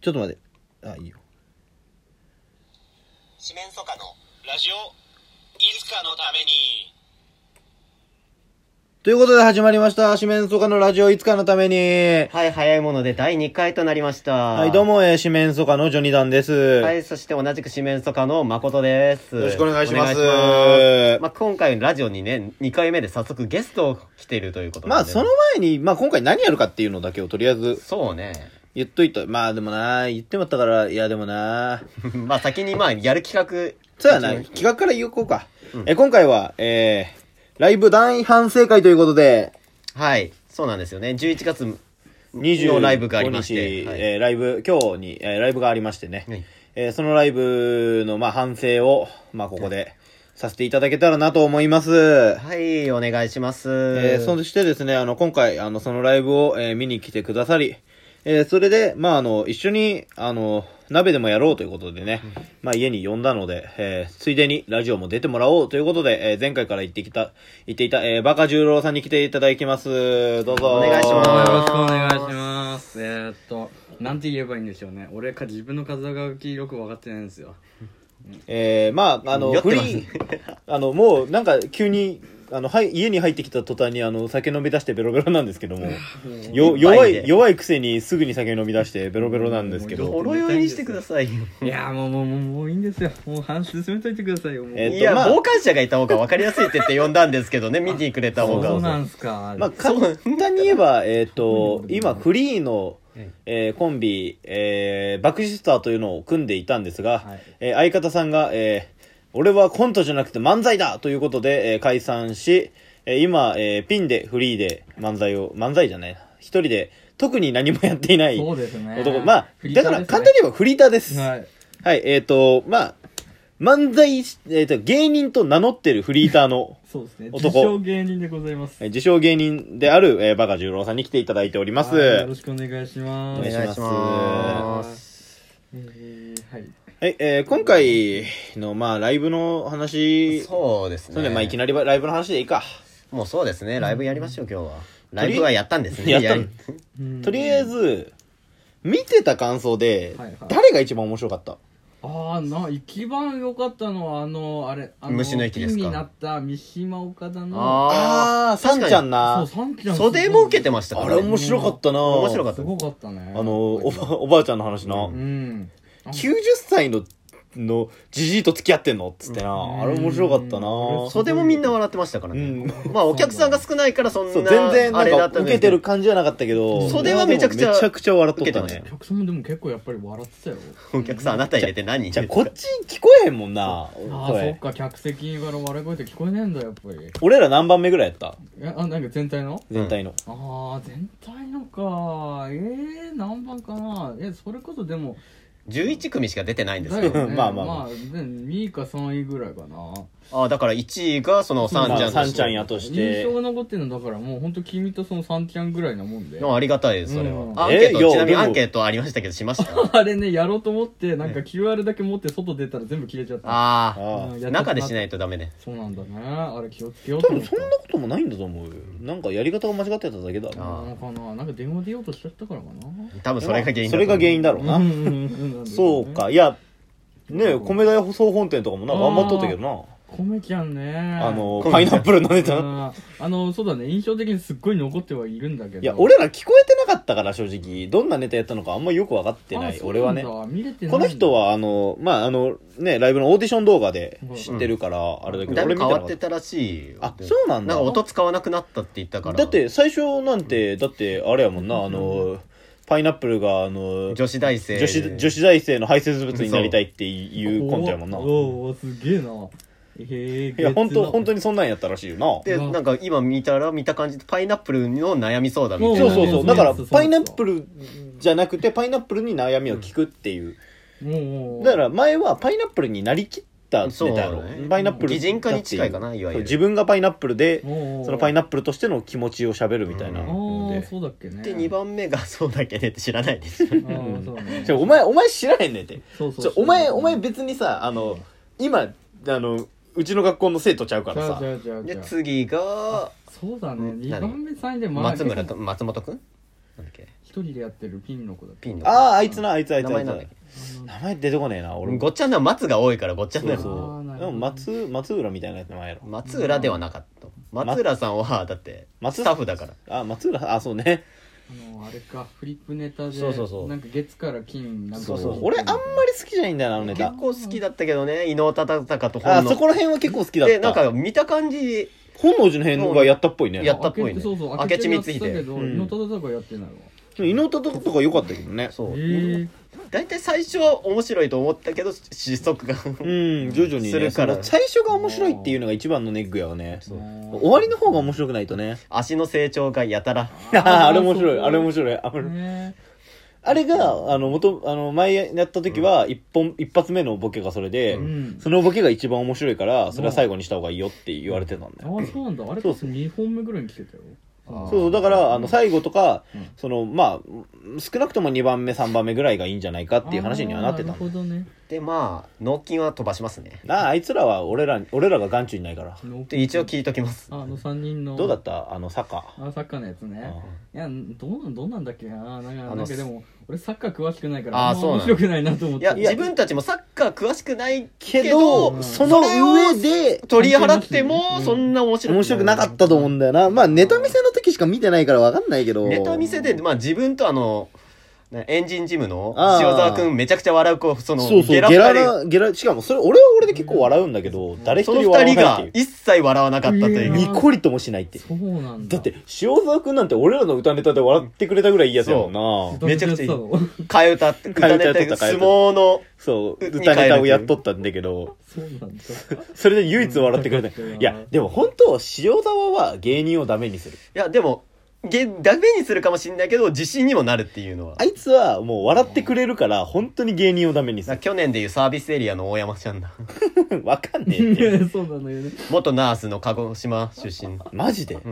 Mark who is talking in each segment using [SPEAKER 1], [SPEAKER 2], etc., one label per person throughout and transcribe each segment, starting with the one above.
[SPEAKER 1] ちょっと待って。あ、いいよ。
[SPEAKER 2] 四面楚歌のラジオいつかのために
[SPEAKER 1] ということで始まりました。四面楚歌のラジオいつかのために。
[SPEAKER 3] はい、早いもので第2回となりました。
[SPEAKER 1] はい、どう。も、えー、四面楚歌のジョニダンです。
[SPEAKER 3] は
[SPEAKER 1] はい。
[SPEAKER 3] い、そして同じく四面楚歌の誠です。
[SPEAKER 1] よろしくお願いします
[SPEAKER 3] お願いしますまあ、今回のラジオにね、2回目で早速ゲストを来ているということ
[SPEAKER 1] ま
[SPEAKER 3] な
[SPEAKER 1] あ、
[SPEAKER 3] んで
[SPEAKER 1] その前に、まあ今回何やるかっていうのだけをとりあえず
[SPEAKER 3] そうね。
[SPEAKER 1] 言っといた。まあでもな、言ってもらったから、いやでもな。
[SPEAKER 3] まあ、先にまあ、やる企画。
[SPEAKER 1] そうやな、企画から言おうか。えー今回は、えー、ライブ大反省会ということで、
[SPEAKER 3] はい、そうなんですよね。11月、
[SPEAKER 1] 20
[SPEAKER 3] のライブがありまして
[SPEAKER 1] 25日
[SPEAKER 3] はい
[SPEAKER 1] えーライブ、今日に、えーライブがありましてね。
[SPEAKER 3] はい
[SPEAKER 1] えーそのライブの、まあ、反省を、まあ、ここでさせていただけたらなと思います。
[SPEAKER 3] はい、お願いします。
[SPEAKER 1] えーそしてですね、あの、今回、あの、そのライブを、えー見に来てくださり、えーそれで、まあ、あの、一緒に、あの、鍋でもやろうということでね、まあ、家に呼んだので、えーついでにラジオも出てもらおうということで、えー前回から言ってきた、言っていた、えーバカ十郎さんに来ていただきます。どうぞ。
[SPEAKER 3] お願いします
[SPEAKER 4] よろしくお願いします。えーっと、なんて言えばいいんでしょうね。俺か自分の肩書きよく分かってないんですよ。
[SPEAKER 1] えー、まあ、あの、
[SPEAKER 3] 酔っ
[SPEAKER 1] フ
[SPEAKER 3] て
[SPEAKER 1] リ
[SPEAKER 3] ます
[SPEAKER 1] ー、あの、もう、なんか、急に、あの、はい、家に入ってきた途端に、あの、酒飲み出してベロベロなんですけども、よ、弱
[SPEAKER 3] いっぱい
[SPEAKER 1] い、
[SPEAKER 3] で
[SPEAKER 1] 弱いくせにすぐに酒飲み出してベロベロなんですけど、
[SPEAKER 3] おろ酔いにしてくださいよ。
[SPEAKER 4] いやーもうもうもうもういいんですよ。もう話進めといてくださいよ。もう
[SPEAKER 1] えっと
[SPEAKER 3] いや、
[SPEAKER 1] まあ
[SPEAKER 3] 傍観者がいた方が分かりやすいって言って呼んだんですけどね、見てくれた方が。
[SPEAKER 4] そうなんすか。
[SPEAKER 1] まあ、簡単に言えば、えっ、と、今、フリーの、えーコンビ、えー、バックシスターというのを組んでいたんですが、
[SPEAKER 4] はい
[SPEAKER 1] えー相方さんが、えー俺はコントじゃなくて漫才だということで、えー解散し、えー今、えーピンでフリーで漫才を、漫才じゃないな、一人で特に何もやっていない
[SPEAKER 4] そう
[SPEAKER 1] 男、
[SPEAKER 4] ですね。
[SPEAKER 1] まあ、
[SPEAKER 4] フリー
[SPEAKER 1] だ
[SPEAKER 4] タ
[SPEAKER 1] か
[SPEAKER 4] ー
[SPEAKER 1] ら
[SPEAKER 4] ですね
[SPEAKER 1] 簡単に言えばフリーターです。
[SPEAKER 4] は
[SPEAKER 1] はい、
[SPEAKER 4] い。
[SPEAKER 1] えっ、と、まあ、漫才し、えっ、と、芸人と名乗ってるフリーターの、
[SPEAKER 4] そうですね。
[SPEAKER 1] 男
[SPEAKER 4] 自称芸人でございます。
[SPEAKER 1] えー自称芸人である、えーバカ十郎さんに来ていただいております。
[SPEAKER 4] はいよろしくお願いしま
[SPEAKER 1] お
[SPEAKER 4] す。
[SPEAKER 1] 願いします
[SPEAKER 3] ます。
[SPEAKER 4] えーはい。
[SPEAKER 1] はい、えー今回の、まあ、ライブの話、そう
[SPEAKER 3] そうですね。
[SPEAKER 1] ね、まあ、いきなりライブの話でいいか。
[SPEAKER 3] もうそうですね、ライブやりましょう、今日は。ライブはやったんですね。
[SPEAKER 1] やったの
[SPEAKER 3] り
[SPEAKER 4] うん
[SPEAKER 1] とりあえず、見てた感想で、
[SPEAKER 4] はいはい
[SPEAKER 1] 誰が一番面白かった
[SPEAKER 4] ああな一番良かったのはあのあれあの
[SPEAKER 3] 虫の息ですか
[SPEAKER 4] ピンになった三島岡田の
[SPEAKER 1] あー、
[SPEAKER 3] あ
[SPEAKER 1] サンちゃん
[SPEAKER 4] そ
[SPEAKER 1] な
[SPEAKER 4] う。三期
[SPEAKER 3] ー。
[SPEAKER 4] の
[SPEAKER 3] 袖も受けてましたか
[SPEAKER 1] あ
[SPEAKER 3] ら
[SPEAKER 1] れ
[SPEAKER 3] ね。
[SPEAKER 1] 面白かったな
[SPEAKER 3] 面白かった
[SPEAKER 4] すごかったね
[SPEAKER 1] あの、おば、おばあちゃんの話な。
[SPEAKER 4] うん
[SPEAKER 1] 90歳の、の、じじいと付き合ってんのっつってな。
[SPEAKER 4] ん
[SPEAKER 1] あれ面白かったな。
[SPEAKER 4] うん
[SPEAKER 1] そ
[SPEAKER 3] 袖もみんな笑ってましたからね。まあお客さんが少ないからそ
[SPEAKER 1] う、
[SPEAKER 3] んな、
[SPEAKER 1] そう全然、
[SPEAKER 3] あ
[SPEAKER 1] な
[SPEAKER 3] れだっ
[SPEAKER 1] ん
[SPEAKER 3] た
[SPEAKER 1] か、受
[SPEAKER 3] んです
[SPEAKER 1] けてる感じじゃなかったけど、
[SPEAKER 3] 袖はめちゃくちゃ
[SPEAKER 1] でもめちゃくちゃ笑っとっ
[SPEAKER 3] 受けて
[SPEAKER 1] た
[SPEAKER 3] ました
[SPEAKER 1] ね
[SPEAKER 3] よ。
[SPEAKER 4] 客様でも結構やっぱり笑ってたよ
[SPEAKER 3] お客さんあなた入れて何
[SPEAKER 1] じゃあ、こっち聞こえへんもんな。
[SPEAKER 4] ああ
[SPEAKER 1] 声
[SPEAKER 4] そっか客席から笑い声って聞こえねえんだやっぱり
[SPEAKER 1] 俺ら何番目ぐらいやった
[SPEAKER 4] えあなんか全体の
[SPEAKER 1] 全体の、
[SPEAKER 4] ああ全体のかえー、何番かなえそれこそでも
[SPEAKER 3] 11組しか出てないんです
[SPEAKER 4] だ
[SPEAKER 3] よ
[SPEAKER 4] よ。ね
[SPEAKER 1] まあまあまあ
[SPEAKER 4] まあ2位か3位ぐらいかな
[SPEAKER 3] ああ、だから1位がそのサンちゃん
[SPEAKER 1] まあサンちゃんや。として
[SPEAKER 4] 印象が残ってるのだからもう本当君とそのサンちゃんぐらいなもんで
[SPEAKER 3] のありがたいです、それは
[SPEAKER 4] う。ん
[SPEAKER 3] アンケー
[SPEAKER 1] えいや
[SPEAKER 3] ト、ちなみ
[SPEAKER 1] で
[SPEAKER 3] に
[SPEAKER 1] も
[SPEAKER 3] アンケートありましたけど、しました
[SPEAKER 4] あれねやろうと思ってなんか QR だけ持って外出たら全部消えちゃった
[SPEAKER 3] あ
[SPEAKER 1] ああ
[SPEAKER 4] うん
[SPEAKER 3] あ、中でしないとダメで。
[SPEAKER 4] そうなんだねあれ気をつけよう
[SPEAKER 1] 多
[SPEAKER 4] と思っ
[SPEAKER 1] 分
[SPEAKER 4] た
[SPEAKER 1] そんなこともないんだと思うよなんかやり方が間違ってただけだ
[SPEAKER 3] あ
[SPEAKER 4] なのかななんか電話出ようとしちゃったからか
[SPEAKER 3] 多分それが原因だ
[SPEAKER 1] それが原因
[SPEAKER 3] だ。
[SPEAKER 1] だろうな、
[SPEAKER 4] なうんうんうんなんだけどね
[SPEAKER 1] そうかいやね米田屋総本店とかもな
[SPEAKER 4] あー
[SPEAKER 1] 頑張っとったけどな
[SPEAKER 4] 米ちゃんね
[SPEAKER 1] あ
[SPEAKER 4] あ
[SPEAKER 1] のパイナップルのネタ
[SPEAKER 4] あのそうだね印象的にすっごい残ってはいるんだけど
[SPEAKER 1] いや俺ら聞こえてなかったから正直どんなネタやったのかあんまよく分かってな
[SPEAKER 4] あ
[SPEAKER 1] い
[SPEAKER 4] そう
[SPEAKER 1] 俺はね
[SPEAKER 4] なん
[SPEAKER 1] こ
[SPEAKER 4] だ見れてないんだ
[SPEAKER 1] の人はあのまああのねライブのオーディション動画で
[SPEAKER 4] うん
[SPEAKER 1] 知ってるから、あれだけど
[SPEAKER 3] だい
[SPEAKER 1] 俺
[SPEAKER 3] ぶ
[SPEAKER 1] 見
[SPEAKER 3] 変
[SPEAKER 1] てな
[SPEAKER 3] わ
[SPEAKER 1] か
[SPEAKER 3] っ
[SPEAKER 1] って
[SPEAKER 3] たらしいよ。
[SPEAKER 1] たあそうなんだ
[SPEAKER 3] なんか音使わなくなったって言ったから。
[SPEAKER 1] だって最初なんてだってあれやもんなあのパイナップルがあの
[SPEAKER 3] 女子大生
[SPEAKER 1] 女子女子大生の排泄物になりたいっていうコントやもんな
[SPEAKER 4] おーおーすげえなへえ
[SPEAKER 1] いや本当本当
[SPEAKER 4] に
[SPEAKER 1] にそんなんやったらしいよな
[SPEAKER 3] でなんか今見たら見た感じパイナップルの悩み相談みたい
[SPEAKER 1] そ
[SPEAKER 3] な
[SPEAKER 1] うそうそう
[SPEAKER 4] うん
[SPEAKER 1] だから
[SPEAKER 4] そうそうそう
[SPEAKER 1] パイナップルじゃなくてパイナップルに悩みを聞くっていう
[SPEAKER 4] もう
[SPEAKER 1] だから前はパイナップルになりきったネタやろ
[SPEAKER 3] そうね
[SPEAKER 1] パイナップル
[SPEAKER 3] 擬人化に近いか
[SPEAKER 1] だっ
[SPEAKER 3] な
[SPEAKER 1] て
[SPEAKER 3] いうわ
[SPEAKER 1] そう
[SPEAKER 3] ゆ
[SPEAKER 1] 自
[SPEAKER 3] る
[SPEAKER 1] 分がパイナップルでそ
[SPEAKER 4] そ
[SPEAKER 1] のパイ
[SPEAKER 4] ナッ
[SPEAKER 1] ナップルとしての気持ちをしゃべるみたいな
[SPEAKER 3] う
[SPEAKER 4] プ
[SPEAKER 3] プ
[SPEAKER 4] ル
[SPEAKER 1] の
[SPEAKER 4] ああ
[SPEAKER 1] で
[SPEAKER 4] そうだっけね
[SPEAKER 3] で2番目がそうだっけねって知らないですよ
[SPEAKER 4] あーそうね
[SPEAKER 1] ちょお前お前知らへんねんって
[SPEAKER 4] そうそう
[SPEAKER 1] ちょお前お前別にさあの今あのうちの学校の生徒ちゃうか
[SPEAKER 4] ち
[SPEAKER 1] ら
[SPEAKER 4] ゃう
[SPEAKER 1] さ
[SPEAKER 4] ちゃうちゃうち
[SPEAKER 3] で
[SPEAKER 4] ゃう
[SPEAKER 3] 次が
[SPEAKER 4] そうだね
[SPEAKER 3] ん
[SPEAKER 4] 2番目3位で
[SPEAKER 3] 松村
[SPEAKER 4] と
[SPEAKER 3] と松本くんなんだっけ
[SPEAKER 4] 一人でやってるピンの子だっけ
[SPEAKER 3] ピンの
[SPEAKER 1] ああ、あいつな、あいつあいつあい
[SPEAKER 3] 名前
[SPEAKER 1] つ
[SPEAKER 3] な
[SPEAKER 1] あ
[SPEAKER 3] んだ
[SPEAKER 1] い
[SPEAKER 3] っけ
[SPEAKER 1] つ。名前出てこねえな、俺も。
[SPEAKER 3] ごっちゃんな松が多いからごっちゃんな
[SPEAKER 1] そう
[SPEAKER 3] の
[SPEAKER 1] そ
[SPEAKER 4] あ
[SPEAKER 1] う。
[SPEAKER 4] ーなるほどね
[SPEAKER 1] でも松、松浦みたいなやつ名前やろ。
[SPEAKER 3] 松浦ではなかった松浦さんはだって
[SPEAKER 1] 松
[SPEAKER 3] スタッフだから
[SPEAKER 1] あ、松浦、あ、そうね。
[SPEAKER 4] あのあれかフリップネタで
[SPEAKER 3] そうそうそう
[SPEAKER 4] なんか月から金なんか
[SPEAKER 3] そうそう
[SPEAKER 1] 俺、あんまり好きじゃないんだよな、あのネ
[SPEAKER 3] 結
[SPEAKER 1] タ。
[SPEAKER 3] 構好きだったけどね伊能忠敬と本
[SPEAKER 1] あ、
[SPEAKER 3] 能
[SPEAKER 1] そこら辺は結構好きだっ
[SPEAKER 3] でなん
[SPEAKER 1] た。
[SPEAKER 3] か見た感じ
[SPEAKER 1] 本能寺の変がやったっぽいね。
[SPEAKER 3] やったっぽいね
[SPEAKER 4] そうそう
[SPEAKER 3] 明智光秀
[SPEAKER 4] やったけど
[SPEAKER 1] うん
[SPEAKER 4] 伊能忠敬やってないわ
[SPEAKER 1] 伊能忠敬とか良かったけどね。
[SPEAKER 3] そう
[SPEAKER 4] え
[SPEAKER 3] 大体最初は面白いと思ったけど失速が
[SPEAKER 1] うん、徐々に
[SPEAKER 3] す
[SPEAKER 1] ね。
[SPEAKER 3] る
[SPEAKER 1] そ
[SPEAKER 3] から
[SPEAKER 1] の最初が面白いっていうのが一番のネックやわね。
[SPEAKER 3] そう
[SPEAKER 1] 終わりの方が面白くないとね。
[SPEAKER 3] 足の成長がやたら
[SPEAKER 1] あ ーあれ面白い、あれ面白い。あれ
[SPEAKER 4] ね
[SPEAKER 1] あれが、あの、元、あの、前やった時は、一本、一発目のボケがそれで
[SPEAKER 3] う
[SPEAKER 4] う、ん
[SPEAKER 1] そのボケが一番面白いから、それは最後にした方がいいよって言われてたんだよ。
[SPEAKER 4] あそうなんだあれ
[SPEAKER 1] そう
[SPEAKER 4] と
[SPEAKER 1] そ
[SPEAKER 4] 2本目ぐらいに来てたよ
[SPEAKER 3] あー
[SPEAKER 1] そうそう、だから、あの、最後とか
[SPEAKER 4] うん、
[SPEAKER 1] その、まあ、少なくとも2番目、3番目ぐらいがいいんじゃないかっていう話にはなってた
[SPEAKER 4] あー
[SPEAKER 1] ん
[SPEAKER 4] な
[SPEAKER 1] だ
[SPEAKER 4] るほどね
[SPEAKER 3] でまあ納金は飛ばしますね
[SPEAKER 1] なあ、あいつらは俺ら、俺らが眼中にないから。
[SPEAKER 3] で一応聞いときます
[SPEAKER 4] あの三人の
[SPEAKER 1] どうだったあの、サッカ
[SPEAKER 4] あサッカーのやつね
[SPEAKER 1] ー。
[SPEAKER 4] いやどうなんどうなんだっけななん
[SPEAKER 3] の
[SPEAKER 4] かなんかでも俺サッカー詳しくないか
[SPEAKER 3] あー
[SPEAKER 4] らあんま
[SPEAKER 3] そうなんだ
[SPEAKER 4] 面白くないなと思っ
[SPEAKER 3] い
[SPEAKER 4] て
[SPEAKER 3] や自分たちもサッカー詳しくない
[SPEAKER 1] け
[SPEAKER 3] け
[SPEAKER 1] ど、
[SPEAKER 3] ど
[SPEAKER 1] その上で、
[SPEAKER 3] 取り払ってもそんな面白くない
[SPEAKER 1] 面白くなかったと思うんだよな。まあ、ネタ見せの時しか見てないからわかんないけど。
[SPEAKER 3] ネタ見せで、まあ、自分とあのねエンジンジムの
[SPEAKER 1] あー
[SPEAKER 3] 塩沢君めちゃくちゃ笑う子その
[SPEAKER 1] そうそう、ゲ
[SPEAKER 3] ゲ
[SPEAKER 1] ラ
[SPEAKER 3] ラ二人
[SPEAKER 1] ラ、ゲラ、しかもそれ、俺は俺で結構笑うんだけど、誰一
[SPEAKER 3] その
[SPEAKER 1] 人笑
[SPEAKER 3] 二
[SPEAKER 1] わ
[SPEAKER 3] 人
[SPEAKER 1] ない
[SPEAKER 3] が
[SPEAKER 1] ってい。
[SPEAKER 3] 一切笑わなかったという
[SPEAKER 4] が
[SPEAKER 1] に
[SPEAKER 3] う
[SPEAKER 4] う
[SPEAKER 1] こりともしないって。
[SPEAKER 4] そうなんだ
[SPEAKER 1] だって、塩沢くんなんて俺らの歌ネタで笑ってくれたぐらいいいやつやもんな。
[SPEAKER 3] めちゃくちゃいい
[SPEAKER 4] ずっとやって
[SPEAKER 3] 替え歌っ
[SPEAKER 1] 替
[SPEAKER 3] て
[SPEAKER 1] え
[SPEAKER 3] 歌
[SPEAKER 1] 歌や
[SPEAKER 3] ネ
[SPEAKER 1] っとった
[SPEAKER 3] タ
[SPEAKER 1] 替え
[SPEAKER 3] 相
[SPEAKER 1] 歌
[SPEAKER 3] 撲の
[SPEAKER 1] そう、
[SPEAKER 3] う
[SPEAKER 1] 歌ネタをやっとったんだけど、
[SPEAKER 4] た そうなんだ
[SPEAKER 1] それで唯一笑ってくれた。
[SPEAKER 4] うん
[SPEAKER 1] いや、でも本当、塩沢は芸人をダメにする。
[SPEAKER 3] いやでもげダメにするかもしれないけど自信にもなるっていうのは
[SPEAKER 1] あいつはもう笑ってくれるから、本当に芸人をダメにす
[SPEAKER 3] な去年でいうサービスエリアの大山ちゃんだ
[SPEAKER 1] る。わかんねえっ
[SPEAKER 4] い
[SPEAKER 1] て。
[SPEAKER 4] やそうなのよね
[SPEAKER 3] 元ナースの鹿児島出身
[SPEAKER 1] マジで、
[SPEAKER 3] ん
[SPEAKER 1] へ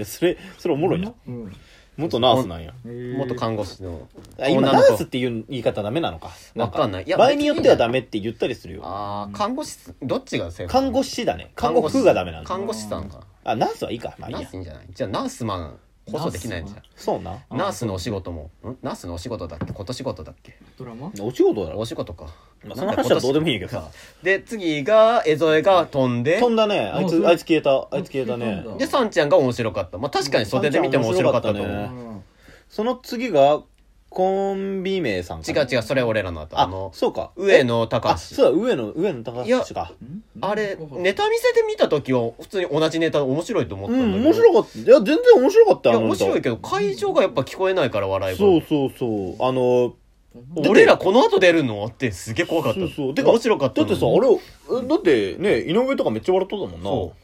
[SPEAKER 1] え、それ、それおもろいな。
[SPEAKER 4] うん
[SPEAKER 1] 元ナースなんや。
[SPEAKER 3] 元
[SPEAKER 4] 官
[SPEAKER 3] 看護師の
[SPEAKER 1] あ今、
[SPEAKER 3] 女
[SPEAKER 1] ナ
[SPEAKER 3] の
[SPEAKER 1] ースっ
[SPEAKER 3] 子
[SPEAKER 1] ていう言い方ダメなのか。
[SPEAKER 3] わかんないいや
[SPEAKER 1] 場合によってはダメって言ったりするよ。
[SPEAKER 3] ああ看護師どっちが正解
[SPEAKER 1] 看護師だね。看護婦がダメなんだ。
[SPEAKER 3] 看護師さんか
[SPEAKER 1] あ、ナースはいいか。まあい
[SPEAKER 3] ナ
[SPEAKER 1] い
[SPEAKER 3] ー
[SPEAKER 1] や
[SPEAKER 3] スい。いんじゃないじゃあナースマンこそできないんじゃん
[SPEAKER 1] そうな。
[SPEAKER 4] マン
[SPEAKER 3] ナースのお仕事もんナースのお仕事だっけこと仕事だっけ
[SPEAKER 4] ドラマ
[SPEAKER 1] お仕事だろ
[SPEAKER 3] お。仕事か、
[SPEAKER 1] まあその話はどうでもいいけどさ。
[SPEAKER 3] で次が江添が飛んで
[SPEAKER 1] 飛んだね。あい
[SPEAKER 4] あそ
[SPEAKER 1] つ、
[SPEAKER 4] う
[SPEAKER 1] あいつ消えた。あいつ消えた
[SPEAKER 4] 消え
[SPEAKER 1] ね
[SPEAKER 4] た。んだ
[SPEAKER 3] でさんちゃんが面白かったまあ確かに袖で見ても面白かったと思う、
[SPEAKER 1] さんちゃん面白かっ
[SPEAKER 4] うん
[SPEAKER 1] その次が、コンビ名さんか
[SPEAKER 3] 違
[SPEAKER 1] な。
[SPEAKER 3] う違うそれ俺らの後あ
[SPEAKER 1] あ
[SPEAKER 3] の、
[SPEAKER 1] そうか。
[SPEAKER 3] 上野
[SPEAKER 1] あ、
[SPEAKER 3] 高橋
[SPEAKER 1] そうだ、上野、上野高橋か。
[SPEAKER 4] ん
[SPEAKER 3] あれ
[SPEAKER 4] なんか
[SPEAKER 3] ネタ見せで見た時は普通に同じネタ面白いと思っ
[SPEAKER 1] う
[SPEAKER 3] たんだけ
[SPEAKER 1] ん
[SPEAKER 3] ど、、
[SPEAKER 1] 面白かった。いや、全然面白かった
[SPEAKER 3] い
[SPEAKER 1] よ、
[SPEAKER 3] や
[SPEAKER 1] あの
[SPEAKER 3] 面
[SPEAKER 1] 歌
[SPEAKER 3] 白いけど会場がやっぱ聞こえないから笑い声
[SPEAKER 1] そうそうそう。あの、だって
[SPEAKER 3] 俺らこの後出るのってすげえ怖かった
[SPEAKER 1] そうそう。
[SPEAKER 3] 面白かった
[SPEAKER 1] だっ
[SPEAKER 3] の
[SPEAKER 1] てさ、あれ、えだってね、井上とかめっちゃ笑っとったもんな
[SPEAKER 3] そ。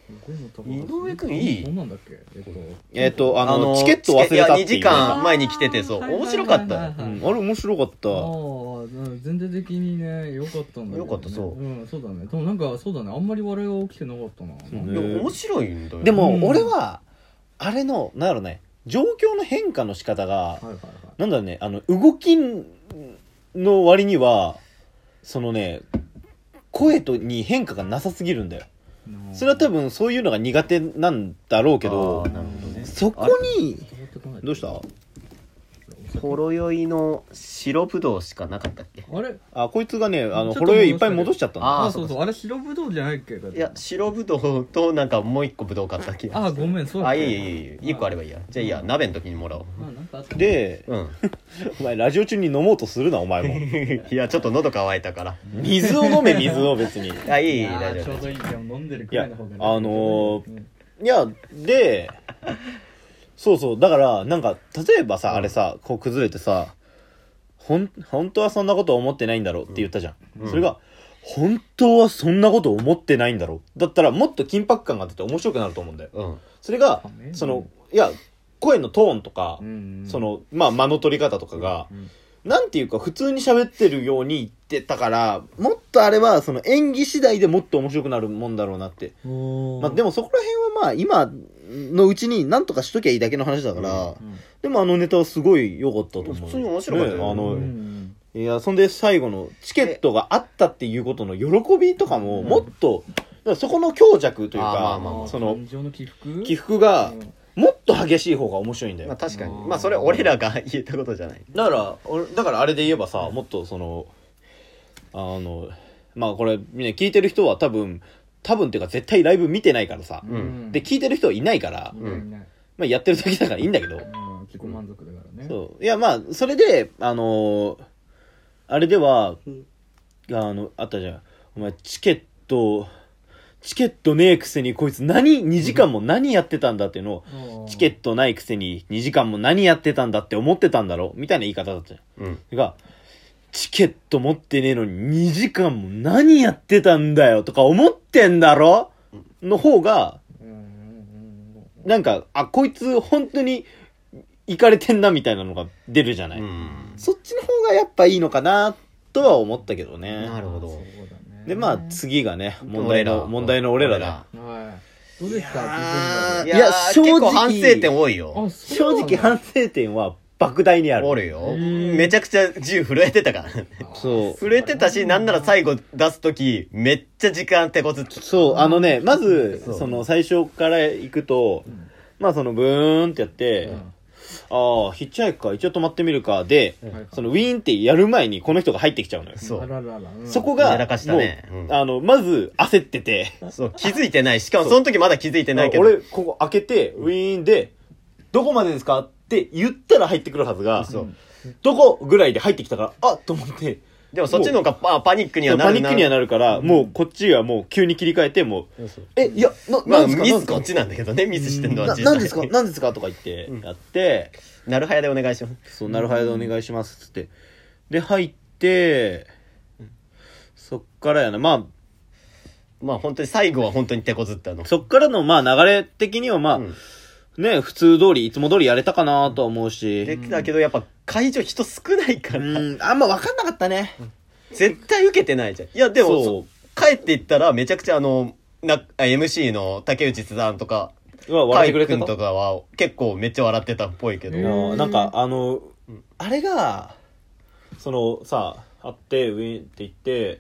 [SPEAKER 3] 井上くんいい
[SPEAKER 4] どうなんだっけえっと
[SPEAKER 1] えっ、と、あの、
[SPEAKER 3] あの
[SPEAKER 1] チケット忘れたっていう、ね。
[SPEAKER 3] チケいや二時間前に来ててそう
[SPEAKER 4] はいはいはい
[SPEAKER 3] 面白かったよ
[SPEAKER 4] はいは
[SPEAKER 1] う
[SPEAKER 4] いはい
[SPEAKER 1] ん、あれ面白かった。
[SPEAKER 4] ああうん全体的にね良かったんだけどね
[SPEAKER 3] 良かったそう
[SPEAKER 4] うんそうだねでもなんかそうだねあんまり笑いが起きてなかったな
[SPEAKER 1] うね
[SPEAKER 3] いや面白いんだよ
[SPEAKER 1] でも、
[SPEAKER 4] うん
[SPEAKER 1] 俺は、あれの、なんやろね、状況の変化の仕方が、
[SPEAKER 4] はいはいはい
[SPEAKER 1] なんだろうね、あの、動きの割には、そのね、声とに変化がなさすぎるんだよ。
[SPEAKER 4] なあ
[SPEAKER 1] それは多分そういうのが苦手なんだろうけ
[SPEAKER 3] あ
[SPEAKER 1] ど
[SPEAKER 3] ー、なるほどね
[SPEAKER 1] そこに、
[SPEAKER 4] 変わってこない
[SPEAKER 1] どうした
[SPEAKER 3] ほろ酔いの白ぶどうしかなかったっけ
[SPEAKER 4] あれ
[SPEAKER 1] あ、こいつがね、あの、
[SPEAKER 4] ちょっと
[SPEAKER 1] ほろ酔いいっぱい戻しちゃったんだ。
[SPEAKER 3] あ
[SPEAKER 4] あ
[SPEAKER 3] ー
[SPEAKER 4] そうそうあれ白ぶどうじゃないっけだって
[SPEAKER 3] いや白ぶどうとなんかもう一個ぶどう買ったっけ
[SPEAKER 4] あごめんそうだ
[SPEAKER 3] あ
[SPEAKER 4] っ
[SPEAKER 3] い
[SPEAKER 4] け
[SPEAKER 3] いいいいいいい個あればいいやじゃあいいや鍋の時にもらおう
[SPEAKER 4] まあなんかあった
[SPEAKER 1] で、
[SPEAKER 3] うん
[SPEAKER 1] お前ラジオ中に飲もうとするな、お前 も。
[SPEAKER 3] いやちょっと喉乾いたから
[SPEAKER 1] 水を飲め、水を別に。
[SPEAKER 3] あいいいい
[SPEAKER 4] あー
[SPEAKER 3] 大
[SPEAKER 4] ち
[SPEAKER 3] 丈
[SPEAKER 4] ょう
[SPEAKER 3] 夫
[SPEAKER 4] どいいじゃん飲んでるくらいの方がね
[SPEAKER 1] いやあのー
[SPEAKER 4] うん
[SPEAKER 1] いや、で、そうそう、だから、なんか、例えばさ、あれさ、こう崩れてさ、ほん、本当はそんなこと思ってないんだろうって言ったじゃん。
[SPEAKER 3] うん
[SPEAKER 1] それが、本当はそんなこと思ってないんだろう。だったら、もっと緊迫感が出て面白くなると思うんだよ。
[SPEAKER 3] うん
[SPEAKER 1] それが
[SPEAKER 4] そうね、
[SPEAKER 1] その、いや、声のトーンとか、
[SPEAKER 4] うんうん
[SPEAKER 1] その、まあ、間の取り方とかが、
[SPEAKER 4] うん
[SPEAKER 1] なんていうか、普通に喋ってるように言ってたから、もっとあれは、その演技次第でもっと面白くなるもんだろうなってまあ、でもそこら辺はまあ今のうちに何とかしときゃいいだけの話だから、
[SPEAKER 4] うん
[SPEAKER 1] でもあのネタはすごい良かったと思う
[SPEAKER 3] 普通に面白かったよ
[SPEAKER 1] ねあの、
[SPEAKER 4] うんうん
[SPEAKER 1] いやそんで最後のチケットがあったっていうことの喜びとかももっと、だからそこの強弱というか
[SPEAKER 3] あまあまあ
[SPEAKER 1] その
[SPEAKER 4] 感情の起伏
[SPEAKER 1] 起伏が
[SPEAKER 4] うん
[SPEAKER 1] もっと激しい方が面白いんだ
[SPEAKER 3] まあ
[SPEAKER 1] よ。
[SPEAKER 3] 確かにまあそれ俺らが言ったことじゃない
[SPEAKER 1] だから、俺だからあれで言えばさ、もっとその、あの、まあこれ、みんな聞いてる人は多分、多分っていうか絶対ライブ見てないからさ。
[SPEAKER 3] うん
[SPEAKER 1] で、聞いてる人はいないから、
[SPEAKER 5] いないいない
[SPEAKER 1] まあやってる時だからいいんだけど。
[SPEAKER 5] うん自己満足だからね
[SPEAKER 1] そう。いや、まあ、それで、あのーあれでは、
[SPEAKER 4] うん
[SPEAKER 1] あの、あったじゃん。お前、チケット、チケットねえくせに、こいつ何、2時間も何やってたんだっていうのを、
[SPEAKER 5] うん
[SPEAKER 1] チケットないくせに2時間も何やってたんだって思ってたんだろみたいな言い方だったじゃん。
[SPEAKER 3] うん
[SPEAKER 1] が、チケット持ってねえのに2時間も何やってたんだよとか思ってんだろの方が、
[SPEAKER 5] うんうんうん
[SPEAKER 1] なんか、あ、こいつ本当に、行かれてんなみたいなのが出るじゃない、
[SPEAKER 3] うん
[SPEAKER 1] そっちの方がやっぱいいのかなとは思ったけどね。
[SPEAKER 3] なるほ
[SPEAKER 5] うん
[SPEAKER 3] ど
[SPEAKER 5] そうだね
[SPEAKER 1] で、まあ次がね、問題
[SPEAKER 3] 俺
[SPEAKER 1] の、
[SPEAKER 3] ら
[SPEAKER 1] 問題の俺らだ。
[SPEAKER 5] はいどうでした
[SPEAKER 3] あー
[SPEAKER 1] い
[SPEAKER 3] い
[SPEAKER 1] や
[SPEAKER 3] や
[SPEAKER 1] 正
[SPEAKER 3] 正
[SPEAKER 1] 直
[SPEAKER 3] 直結構反省点多いよ
[SPEAKER 1] 正直反省点は莫大にある。
[SPEAKER 3] おるよ
[SPEAKER 5] ん
[SPEAKER 3] めちゃくちゃ銃震えてたからね
[SPEAKER 1] そう。
[SPEAKER 3] 震えてたしなんなら最後出す時めっちゃ時間手こずって
[SPEAKER 1] そう、あのね、まず、
[SPEAKER 3] そう
[SPEAKER 1] その最初から行くと、まあそのブーンってやって、ああ、ヒッチハイクか、一応止まってみるか、で、そのウィーンってやる前にこの人が入ってきちゃうのよ。
[SPEAKER 3] そ
[SPEAKER 5] あ
[SPEAKER 3] う
[SPEAKER 5] らららうん
[SPEAKER 1] そこが、
[SPEAKER 3] やらかしたね
[SPEAKER 1] もう
[SPEAKER 3] うん
[SPEAKER 1] あの、まず焦ってて、
[SPEAKER 3] そう気づいてないしかもその時まだ気づいてないけど
[SPEAKER 1] 俺、ここ開けて、ウィーンで、どこまでですかって言ったら入ってくるはずが、どこぐらいで入ってきたから、あっと思って、
[SPEAKER 3] でもそっちの方がパパニックにはな
[SPEAKER 1] パ
[SPEAKER 3] る
[SPEAKER 1] ニックにはなるから、もうこっちはもう急に切り替えて、もう、え、いや、な、
[SPEAKER 3] まあ
[SPEAKER 1] なんですか
[SPEAKER 3] ミ
[SPEAKER 1] なんで
[SPEAKER 3] ス
[SPEAKER 1] すか
[SPEAKER 3] こっちなんだけどねミスしてんのは
[SPEAKER 1] な
[SPEAKER 3] 実
[SPEAKER 1] なんですか
[SPEAKER 3] 際
[SPEAKER 1] なんですかとか言ってやって、
[SPEAKER 3] なるはやでお願いします
[SPEAKER 1] そう、なるはやでお願いしますっつって。で、入って、そっからやな。ま
[SPEAKER 3] まあ本当に最後は本当に手こずったの
[SPEAKER 1] あ、そっからの、まあ流れ的には、まあ、
[SPEAKER 3] うん
[SPEAKER 1] ね、普通通り、いつも通りやれたかなとは思う
[SPEAKER 3] で
[SPEAKER 1] し、
[SPEAKER 3] だけどやっぱ会場人少ないか
[SPEAKER 1] う
[SPEAKER 3] ら
[SPEAKER 1] ん、あんま分かんなかったね。
[SPEAKER 3] 絶対受けてないじゃんいやでも
[SPEAKER 1] そ
[SPEAKER 3] そ帰っていったらめちゃくちゃあのなあ MC の竹内さんとか
[SPEAKER 1] うわ、笑
[SPEAKER 3] カ
[SPEAKER 1] って
[SPEAKER 3] イ
[SPEAKER 1] くれて
[SPEAKER 3] 君
[SPEAKER 1] た
[SPEAKER 3] と。かは結構めっちゃ笑ってたっぽいけど、
[SPEAKER 1] いやーなんかあの、あれがそのさあってウィンって言って、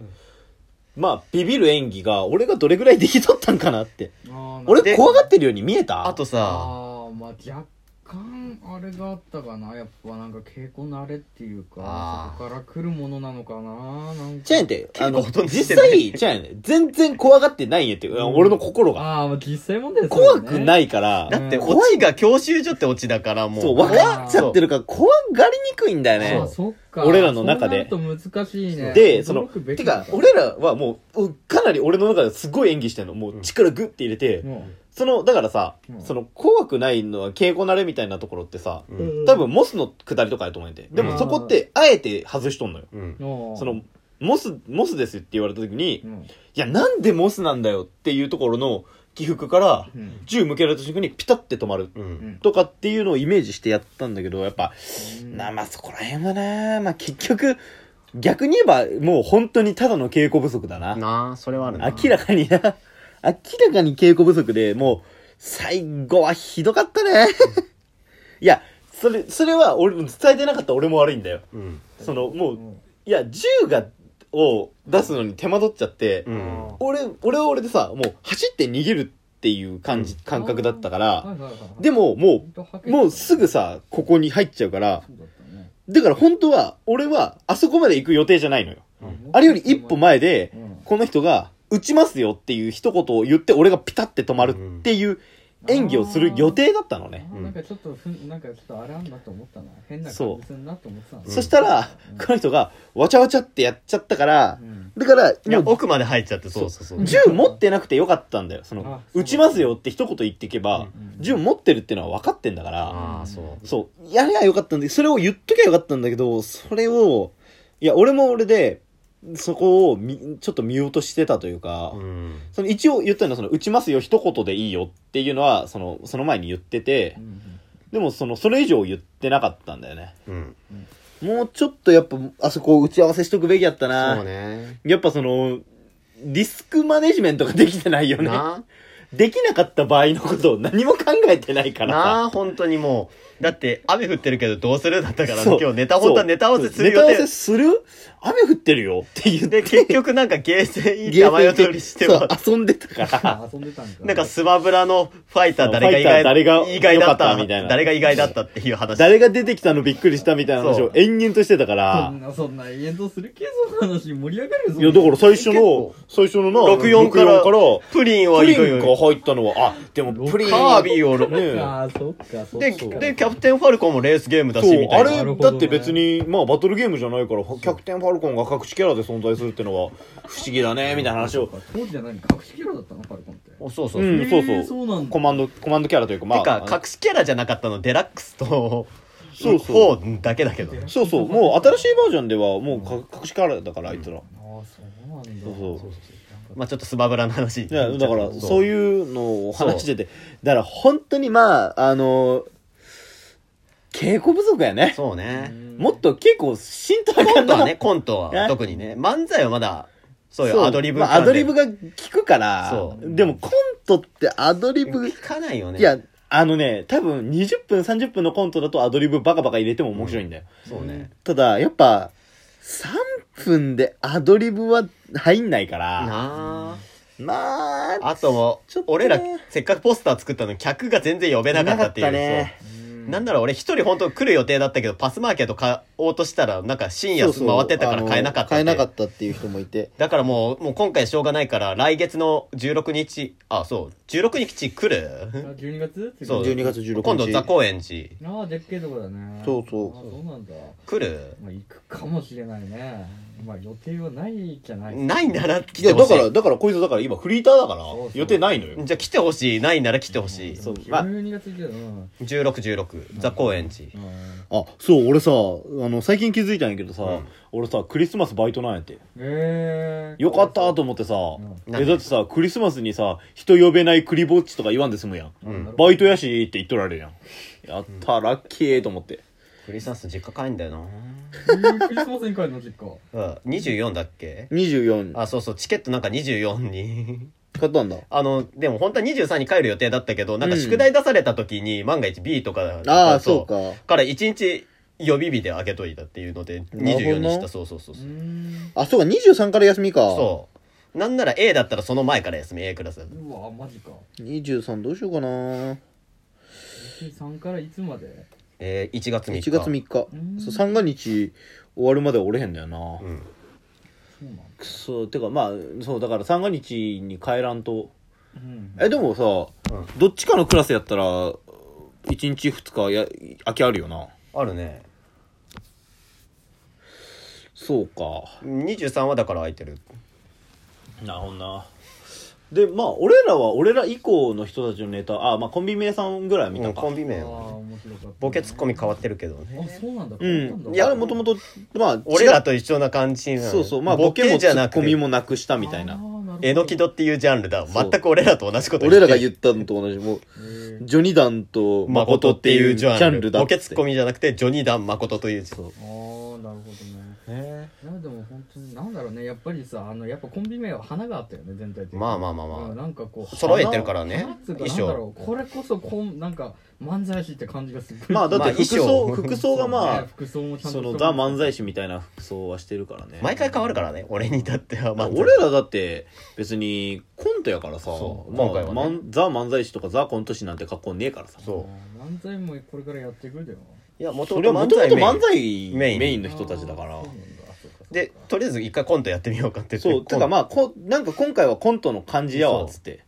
[SPEAKER 1] まあビビる演技が俺がどれぐらいできとったんかなって
[SPEAKER 5] あーな
[SPEAKER 1] 俺
[SPEAKER 3] で
[SPEAKER 1] 怖がってるように見えた
[SPEAKER 3] あとさ
[SPEAKER 5] あーまあ若干あれがあったかなやっぱなんか稽古慣れっていうか
[SPEAKER 3] あー
[SPEAKER 5] そこから来るものなのかななんか
[SPEAKER 1] チェーンってあの
[SPEAKER 3] ほとんどして
[SPEAKER 1] 実
[SPEAKER 3] ない
[SPEAKER 1] 際チェーンね全然怖がってないんやって、俺の心が
[SPEAKER 5] ああまあ実際問題ですよ
[SPEAKER 1] 怖
[SPEAKER 5] ね
[SPEAKER 1] くないから
[SPEAKER 3] だってオチが教習所ってオチだからもう
[SPEAKER 1] そう分かっちゃってるから怖がりにくいんだよね
[SPEAKER 5] あーそっか
[SPEAKER 1] 俺らの中で
[SPEAKER 5] そうなると難しいね
[SPEAKER 1] で、その、
[SPEAKER 5] 驚くべ
[SPEAKER 1] て
[SPEAKER 5] き
[SPEAKER 1] か
[SPEAKER 5] だ、
[SPEAKER 1] 俺らはもう、うかなり俺の中ですごい演技してんの。もう力グッて入れて、
[SPEAKER 5] も
[SPEAKER 1] その、だからさ、
[SPEAKER 5] うん
[SPEAKER 1] その、怖くないのは稽古慣れみたいなところってさ、
[SPEAKER 3] う
[SPEAKER 5] うんん
[SPEAKER 1] 多分モスの下りとかやと思うんで。で
[SPEAKER 5] う
[SPEAKER 1] も
[SPEAKER 5] ん
[SPEAKER 1] そこって、あえて外しとんのよ。
[SPEAKER 3] うん
[SPEAKER 5] うもう
[SPEAKER 1] その、モス、モスですって言われた時に、
[SPEAKER 5] う
[SPEAKER 1] い
[SPEAKER 5] ん
[SPEAKER 1] や、なんでモスなんだよっていうところの起伏から、
[SPEAKER 5] うん
[SPEAKER 1] 銃向けられた瞬間にピタって止まる。
[SPEAKER 3] うん
[SPEAKER 5] うん
[SPEAKER 1] とかっていうのをイメージしてやったんだけど、やっぱ、
[SPEAKER 5] うん
[SPEAKER 1] な、まあそこら辺はな、まあ結局、逆に言えば、もう本当にただの稽古不足だな。
[SPEAKER 3] なあそれはあるな
[SPEAKER 1] 明らかにな、明らかに稽古不足で、もう、最後はひどかったね。 いや、それ、それは俺、伝えてなかった俺も悪いんだよ。
[SPEAKER 3] うん
[SPEAKER 1] その、も
[SPEAKER 5] う
[SPEAKER 1] う、
[SPEAKER 5] ん
[SPEAKER 1] いや、銃が、を出すのに手間取っちゃって、
[SPEAKER 3] うん
[SPEAKER 1] 俺、俺は俺でさ、もう走って逃げるっていう感じ、感覚だったか
[SPEAKER 5] は
[SPEAKER 1] ら、
[SPEAKER 5] いはいはい
[SPEAKER 1] でももう、もう
[SPEAKER 5] そ
[SPEAKER 1] すぐさ、ここに入っちゃうから、
[SPEAKER 5] うだったね
[SPEAKER 1] だから本当は、俺は、あそこまで行く予定じゃないのよ。
[SPEAKER 3] うん
[SPEAKER 1] あれより一歩前で
[SPEAKER 5] うん、
[SPEAKER 1] この人が、撃ちますよっていう一言を言って、俺がピタって止まるっていう演技をする予定だったのね。
[SPEAKER 5] あーなんかちょっとふんなんかちょっとあれあんだと思ったな変な
[SPEAKER 1] そう
[SPEAKER 5] 感じするなと思ってたの
[SPEAKER 1] そしたら、この人が、わちゃわちゃってやっちゃったから
[SPEAKER 5] う、ん
[SPEAKER 1] だから、
[SPEAKER 3] いや
[SPEAKER 1] も
[SPEAKER 3] 奥まで入っちゃってそうそうそう
[SPEAKER 1] う、銃持ってなくてよかったんだよ。その
[SPEAKER 5] あ、そう
[SPEAKER 1] 撃ちますよって一言言っていけ
[SPEAKER 5] う
[SPEAKER 1] ば、
[SPEAKER 5] ん
[SPEAKER 1] 銃持ってるってのは分かってんだから、
[SPEAKER 3] ああそう
[SPEAKER 1] そう、やりゃよかったんで、それを言っときゃよかったんだけど、それを、いや、俺も俺で、そこをみ、ちょっと見落としてたというか、
[SPEAKER 3] うん
[SPEAKER 1] その一応言ったのは、その、打ちますよ、一言でいいよっていうのは、その、その前に言ってて
[SPEAKER 5] う、ん
[SPEAKER 1] でもその、それ以上言ってなかったんだよね。
[SPEAKER 3] うん
[SPEAKER 1] もうちょっとやっぱ、あそこを打ち合わせしとくべきやったな。
[SPEAKER 3] そうね
[SPEAKER 1] やっぱその、リスクマネジメントができてないよね。
[SPEAKER 3] な
[SPEAKER 1] できなかった場合のことを何も考えてないから
[SPEAKER 3] な
[SPEAKER 1] さ。
[SPEAKER 3] あ本当にもうだって、雨降ってるけどどうするだったから、
[SPEAKER 1] そう
[SPEAKER 3] 今日ネタ、本当はネタ合わせす
[SPEAKER 1] そう
[SPEAKER 3] る予
[SPEAKER 1] ネタ合わせ
[SPEAKER 3] 定。
[SPEAKER 1] する雨降ってるよって言って。
[SPEAKER 3] で、結局なんかゲーセン行って雨宿りして
[SPEAKER 1] そう
[SPEAKER 3] は、
[SPEAKER 1] 遊んでたから。
[SPEAKER 5] あ遊んでたんか
[SPEAKER 3] なんかスマブラのファイター誰が意
[SPEAKER 1] ファイター
[SPEAKER 3] 外
[SPEAKER 1] 誰が
[SPEAKER 3] 意外
[SPEAKER 1] 良か
[SPEAKER 3] だった
[SPEAKER 1] ったみたいな
[SPEAKER 3] 誰が意外だったっていう話。
[SPEAKER 1] 誰が出てきたのびっくりしたみたいな話を
[SPEAKER 3] そう
[SPEAKER 1] 延々としてたか
[SPEAKER 5] そ
[SPEAKER 1] ら
[SPEAKER 5] ん。なそんな演奏するけその話盛り上がるよそん
[SPEAKER 1] い
[SPEAKER 5] な
[SPEAKER 1] や、だから最初の、最初のな、
[SPEAKER 3] 64から
[SPEAKER 1] 64から
[SPEAKER 3] プリンは
[SPEAKER 1] プ
[SPEAKER 3] 意
[SPEAKER 1] リ
[SPEAKER 3] 外
[SPEAKER 1] ンが入ったのは、あ、でもプリン。
[SPEAKER 3] カービィをろ、
[SPEAKER 1] ね
[SPEAKER 5] ああそっかそっ
[SPEAKER 3] で、
[SPEAKER 5] か
[SPEAKER 3] で、キャプテンファルコンもレースゲームだし、
[SPEAKER 1] そう
[SPEAKER 3] みた
[SPEAKER 1] あ
[SPEAKER 3] いな。
[SPEAKER 1] れ
[SPEAKER 5] なるほ
[SPEAKER 1] だ
[SPEAKER 5] どね
[SPEAKER 1] って別にまあバトルゲームじゃないからキャプテンファルコンが各地キャラで存在するってのは不思議だねみたいな話を
[SPEAKER 5] 当時じゃ何隠しキャラだったのファルコンって
[SPEAKER 3] おそうそうう。て
[SPEAKER 1] んそう
[SPEAKER 5] へー
[SPEAKER 1] そ
[SPEAKER 5] そうな
[SPEAKER 1] うん
[SPEAKER 5] だ
[SPEAKER 1] コマンドコマンドキャラというかまあ
[SPEAKER 3] か、
[SPEAKER 1] あの
[SPEAKER 3] 隠しキャラじゃなかったの、デラックスと、
[SPEAKER 1] そうそう
[SPEAKER 3] 4だけだけど。
[SPEAKER 1] そうそうもう新しいバージョンではもうか隠しキャラだからあいつら
[SPEAKER 5] ああそうなんだ
[SPEAKER 1] そうそう
[SPEAKER 3] まあちょっとスマブラの話に
[SPEAKER 1] いや
[SPEAKER 3] なっち
[SPEAKER 1] だ
[SPEAKER 3] ゃう
[SPEAKER 1] か
[SPEAKER 3] けど。
[SPEAKER 1] らそう
[SPEAKER 3] う。
[SPEAKER 1] いうのを話しててだから本当にまああの稽古不足やね
[SPEAKER 3] そうね。
[SPEAKER 1] もっと結構浸透
[SPEAKER 3] コ
[SPEAKER 1] か
[SPEAKER 3] ントは
[SPEAKER 1] な
[SPEAKER 3] ね、コント は
[SPEAKER 1] ね
[SPEAKER 3] 特にね。漫才はまだ、そう
[SPEAKER 1] そ
[SPEAKER 3] よ、アドリブ
[SPEAKER 1] ま
[SPEAKER 3] 関
[SPEAKER 1] あ
[SPEAKER 3] 連。
[SPEAKER 1] アドリブが効くから
[SPEAKER 3] そう
[SPEAKER 1] でもコントってアドリブ
[SPEAKER 3] 聞かないよね。
[SPEAKER 1] いや、あのね、多分20分、30分のコントだとアドリブバカバカ入れても面白いんだよ。
[SPEAKER 3] そうね。
[SPEAKER 1] ただ、やっぱ、3分でアドリブは入んないから、
[SPEAKER 3] なあ。
[SPEAKER 1] まあ、
[SPEAKER 3] あとも
[SPEAKER 1] ちょっ、とね
[SPEAKER 3] 俺ら、せっかくポスター作ったのに客が全然呼べなかったっていう。
[SPEAKER 1] いなかったね
[SPEAKER 3] そうなんなら俺一人本当来る予定だったけど、パスマーケット買おうとしたら、なんか深夜
[SPEAKER 1] そう
[SPEAKER 3] 回
[SPEAKER 1] そう
[SPEAKER 3] ってたか
[SPEAKER 1] あ
[SPEAKER 3] ら
[SPEAKER 1] の
[SPEAKER 3] 買えなかった
[SPEAKER 1] 買え
[SPEAKER 3] んで
[SPEAKER 1] なかったっていう人もいて。
[SPEAKER 3] だからもう、もう今回しょうがないから、来月の16日、あ、そう、16日来
[SPEAKER 5] あ
[SPEAKER 3] る
[SPEAKER 5] 12月
[SPEAKER 3] そう
[SPEAKER 1] 12月16日。
[SPEAKER 3] 今度ザ高円寺
[SPEAKER 5] ああでっけえとこだね
[SPEAKER 1] そうそう
[SPEAKER 5] ああそうなんだ
[SPEAKER 3] 来る
[SPEAKER 5] まあ行くかもしれないねまあ予定はないじゃない
[SPEAKER 3] ないなら来
[SPEAKER 1] い
[SPEAKER 3] て
[SPEAKER 1] や、
[SPEAKER 3] ほ
[SPEAKER 1] だ
[SPEAKER 3] しい。
[SPEAKER 1] から、だからこいつだから今フリーターだから
[SPEAKER 5] そう、そう
[SPEAKER 1] 予定ないのよ。
[SPEAKER 3] じゃあ来てほしい。ないなら来てほしい。
[SPEAKER 1] そうまあ
[SPEAKER 5] 12月行けどうん
[SPEAKER 3] 16、16、ザ高円寺。
[SPEAKER 1] あ、そう、俺さ、あの、最近気づいたんやけどさ、
[SPEAKER 3] うん
[SPEAKER 1] 俺さ、クリスマスバイトなんやって。
[SPEAKER 5] ええ
[SPEAKER 1] よかったと思ってさ、
[SPEAKER 5] う
[SPEAKER 1] え、だってさ、クリスマスにさ、人呼べないクリぼっちとか言わんで済むやん。
[SPEAKER 3] うん。
[SPEAKER 1] バイトやしって言っとられるやん。やったー、ラッキーと思って。
[SPEAKER 3] クリスマス実家帰んだよな
[SPEAKER 5] クリスマスに帰るの実家
[SPEAKER 3] うん、24だっけ
[SPEAKER 1] 24
[SPEAKER 3] あ、そうそう、チケットなんか24に。
[SPEAKER 1] 買ったんだ。
[SPEAKER 3] あの、でも本当は23に帰る予定だったけど、なんか宿題出された時に万が一 B とかだと
[SPEAKER 1] ああ、そう。か。
[SPEAKER 3] から1日予備日で開けといたっていうので、
[SPEAKER 1] なるほど
[SPEAKER 3] 24
[SPEAKER 1] な
[SPEAKER 3] にした。そうそうそう
[SPEAKER 5] う
[SPEAKER 3] そう。
[SPEAKER 5] ん
[SPEAKER 1] あ、そうか、23から休みか。
[SPEAKER 3] そう。なんなら A だったらその前から休み、A クラスだと。
[SPEAKER 5] うわマジか
[SPEAKER 1] う。23どうしようかな。
[SPEAKER 5] 23からいつまで
[SPEAKER 3] えー、1月
[SPEAKER 1] 1
[SPEAKER 3] 3日。
[SPEAKER 1] 月3日。
[SPEAKER 5] うん
[SPEAKER 1] そう、三が日終わるまでは折れへんだよな。
[SPEAKER 3] うん。
[SPEAKER 5] そうなんだ
[SPEAKER 1] くそ、てかまあ、そう、だから三が日に帰らんと。
[SPEAKER 5] うん
[SPEAKER 1] え、でもさ、
[SPEAKER 3] うん
[SPEAKER 1] どっちかのクラスやったら、1日2日や、空きあるよな。
[SPEAKER 3] あるね。
[SPEAKER 1] そうか。
[SPEAKER 3] 23はだから空いてる。
[SPEAKER 1] なるほどな。で、まあ、俺らは、俺ら以降の人たちのネタ、あ、まあ、コンビ名さんぐらい見
[SPEAKER 3] う
[SPEAKER 1] た
[SPEAKER 3] ん
[SPEAKER 1] か。
[SPEAKER 3] コンビ名
[SPEAKER 5] ああ
[SPEAKER 3] は。
[SPEAKER 5] 面白かったね
[SPEAKER 3] ボケツッコミ変わってるけどね。
[SPEAKER 5] あそうなんだ
[SPEAKER 1] う
[SPEAKER 5] 変わっただ
[SPEAKER 1] ん。いや、もともと、まあ、
[SPEAKER 3] 俺らと一緒な感じなの
[SPEAKER 1] そうそう、まあ、ボケも
[SPEAKER 3] じ
[SPEAKER 1] ツ
[SPEAKER 3] ゃな
[SPEAKER 1] ッ
[SPEAKER 3] く
[SPEAKER 1] コ
[SPEAKER 3] て
[SPEAKER 1] ミもなくしたみたい
[SPEAKER 5] あ
[SPEAKER 1] な。
[SPEAKER 5] ーるほど
[SPEAKER 3] えのき戸っていうジャンルだ。
[SPEAKER 1] そう
[SPEAKER 3] 全く俺らと同じこと
[SPEAKER 1] 俺らが言
[SPEAKER 3] っ
[SPEAKER 1] ったのと同じ、もう、
[SPEAKER 5] へー
[SPEAKER 1] ジョニダンと
[SPEAKER 3] 誠
[SPEAKER 1] 誠
[SPEAKER 3] っ
[SPEAKER 1] ってて
[SPEAKER 3] い
[SPEAKER 1] いうう
[SPEAKER 3] ジ
[SPEAKER 1] ジ
[SPEAKER 3] ャ
[SPEAKER 1] ャン
[SPEAKER 3] ンル
[SPEAKER 1] ル
[SPEAKER 3] だ。
[SPEAKER 1] だ
[SPEAKER 3] ボ
[SPEAKER 1] っ
[SPEAKER 3] ケ
[SPEAKER 1] て。
[SPEAKER 3] ツッコミじゃなくて、ジョニダン誠という。
[SPEAKER 1] そう。
[SPEAKER 5] あーなるほどねいやでも本当になんだろうねやっぱりさあのやっぱコンビ名は花があったよね全体的に
[SPEAKER 3] まあまあまあ
[SPEAKER 5] うん
[SPEAKER 3] ま
[SPEAKER 5] なんかこ
[SPEAKER 3] あ。
[SPEAKER 5] う
[SPEAKER 3] 揃えてるからね
[SPEAKER 5] 花っ。つうかなんだ
[SPEAKER 3] 衣装。
[SPEAKER 5] ろうこれこそこんなんか漫才師って感じがする
[SPEAKER 1] まあ、だっ
[SPEAKER 3] まあ
[SPEAKER 1] て服
[SPEAKER 3] 衣
[SPEAKER 1] 装、
[SPEAKER 3] 装
[SPEAKER 1] 服装がまあ、
[SPEAKER 5] 服装もちゃんと
[SPEAKER 1] その、ザ漫才師みたいな服装はしてるからね。
[SPEAKER 3] 毎回変わるからね。俺に至っては。
[SPEAKER 1] ま
[SPEAKER 3] ま
[SPEAKER 1] あ
[SPEAKER 3] あ、
[SPEAKER 1] 俺らだって別にコントやからさ、
[SPEAKER 3] そう
[SPEAKER 1] まあ
[SPEAKER 3] 今回はね
[SPEAKER 1] まんザ漫才師とかザコント師なんて格好ねえからさ
[SPEAKER 3] そ
[SPEAKER 5] 漫才もこれからやっていくだよ
[SPEAKER 3] う。いや、もと
[SPEAKER 1] そ
[SPEAKER 3] も
[SPEAKER 1] れ
[SPEAKER 3] と
[SPEAKER 1] はもともと漫
[SPEAKER 3] 漫才。
[SPEAKER 1] 才
[SPEAKER 3] メ
[SPEAKER 1] メ
[SPEAKER 3] イ
[SPEAKER 1] イ
[SPEAKER 3] ン
[SPEAKER 1] ンの人
[SPEAKER 5] 人
[SPEAKER 1] たちだから
[SPEAKER 3] で、とりあえず一回コントやってみようかって
[SPEAKER 1] そうてか
[SPEAKER 3] あ。
[SPEAKER 1] まあこなんか今回はコントの感じやわっつって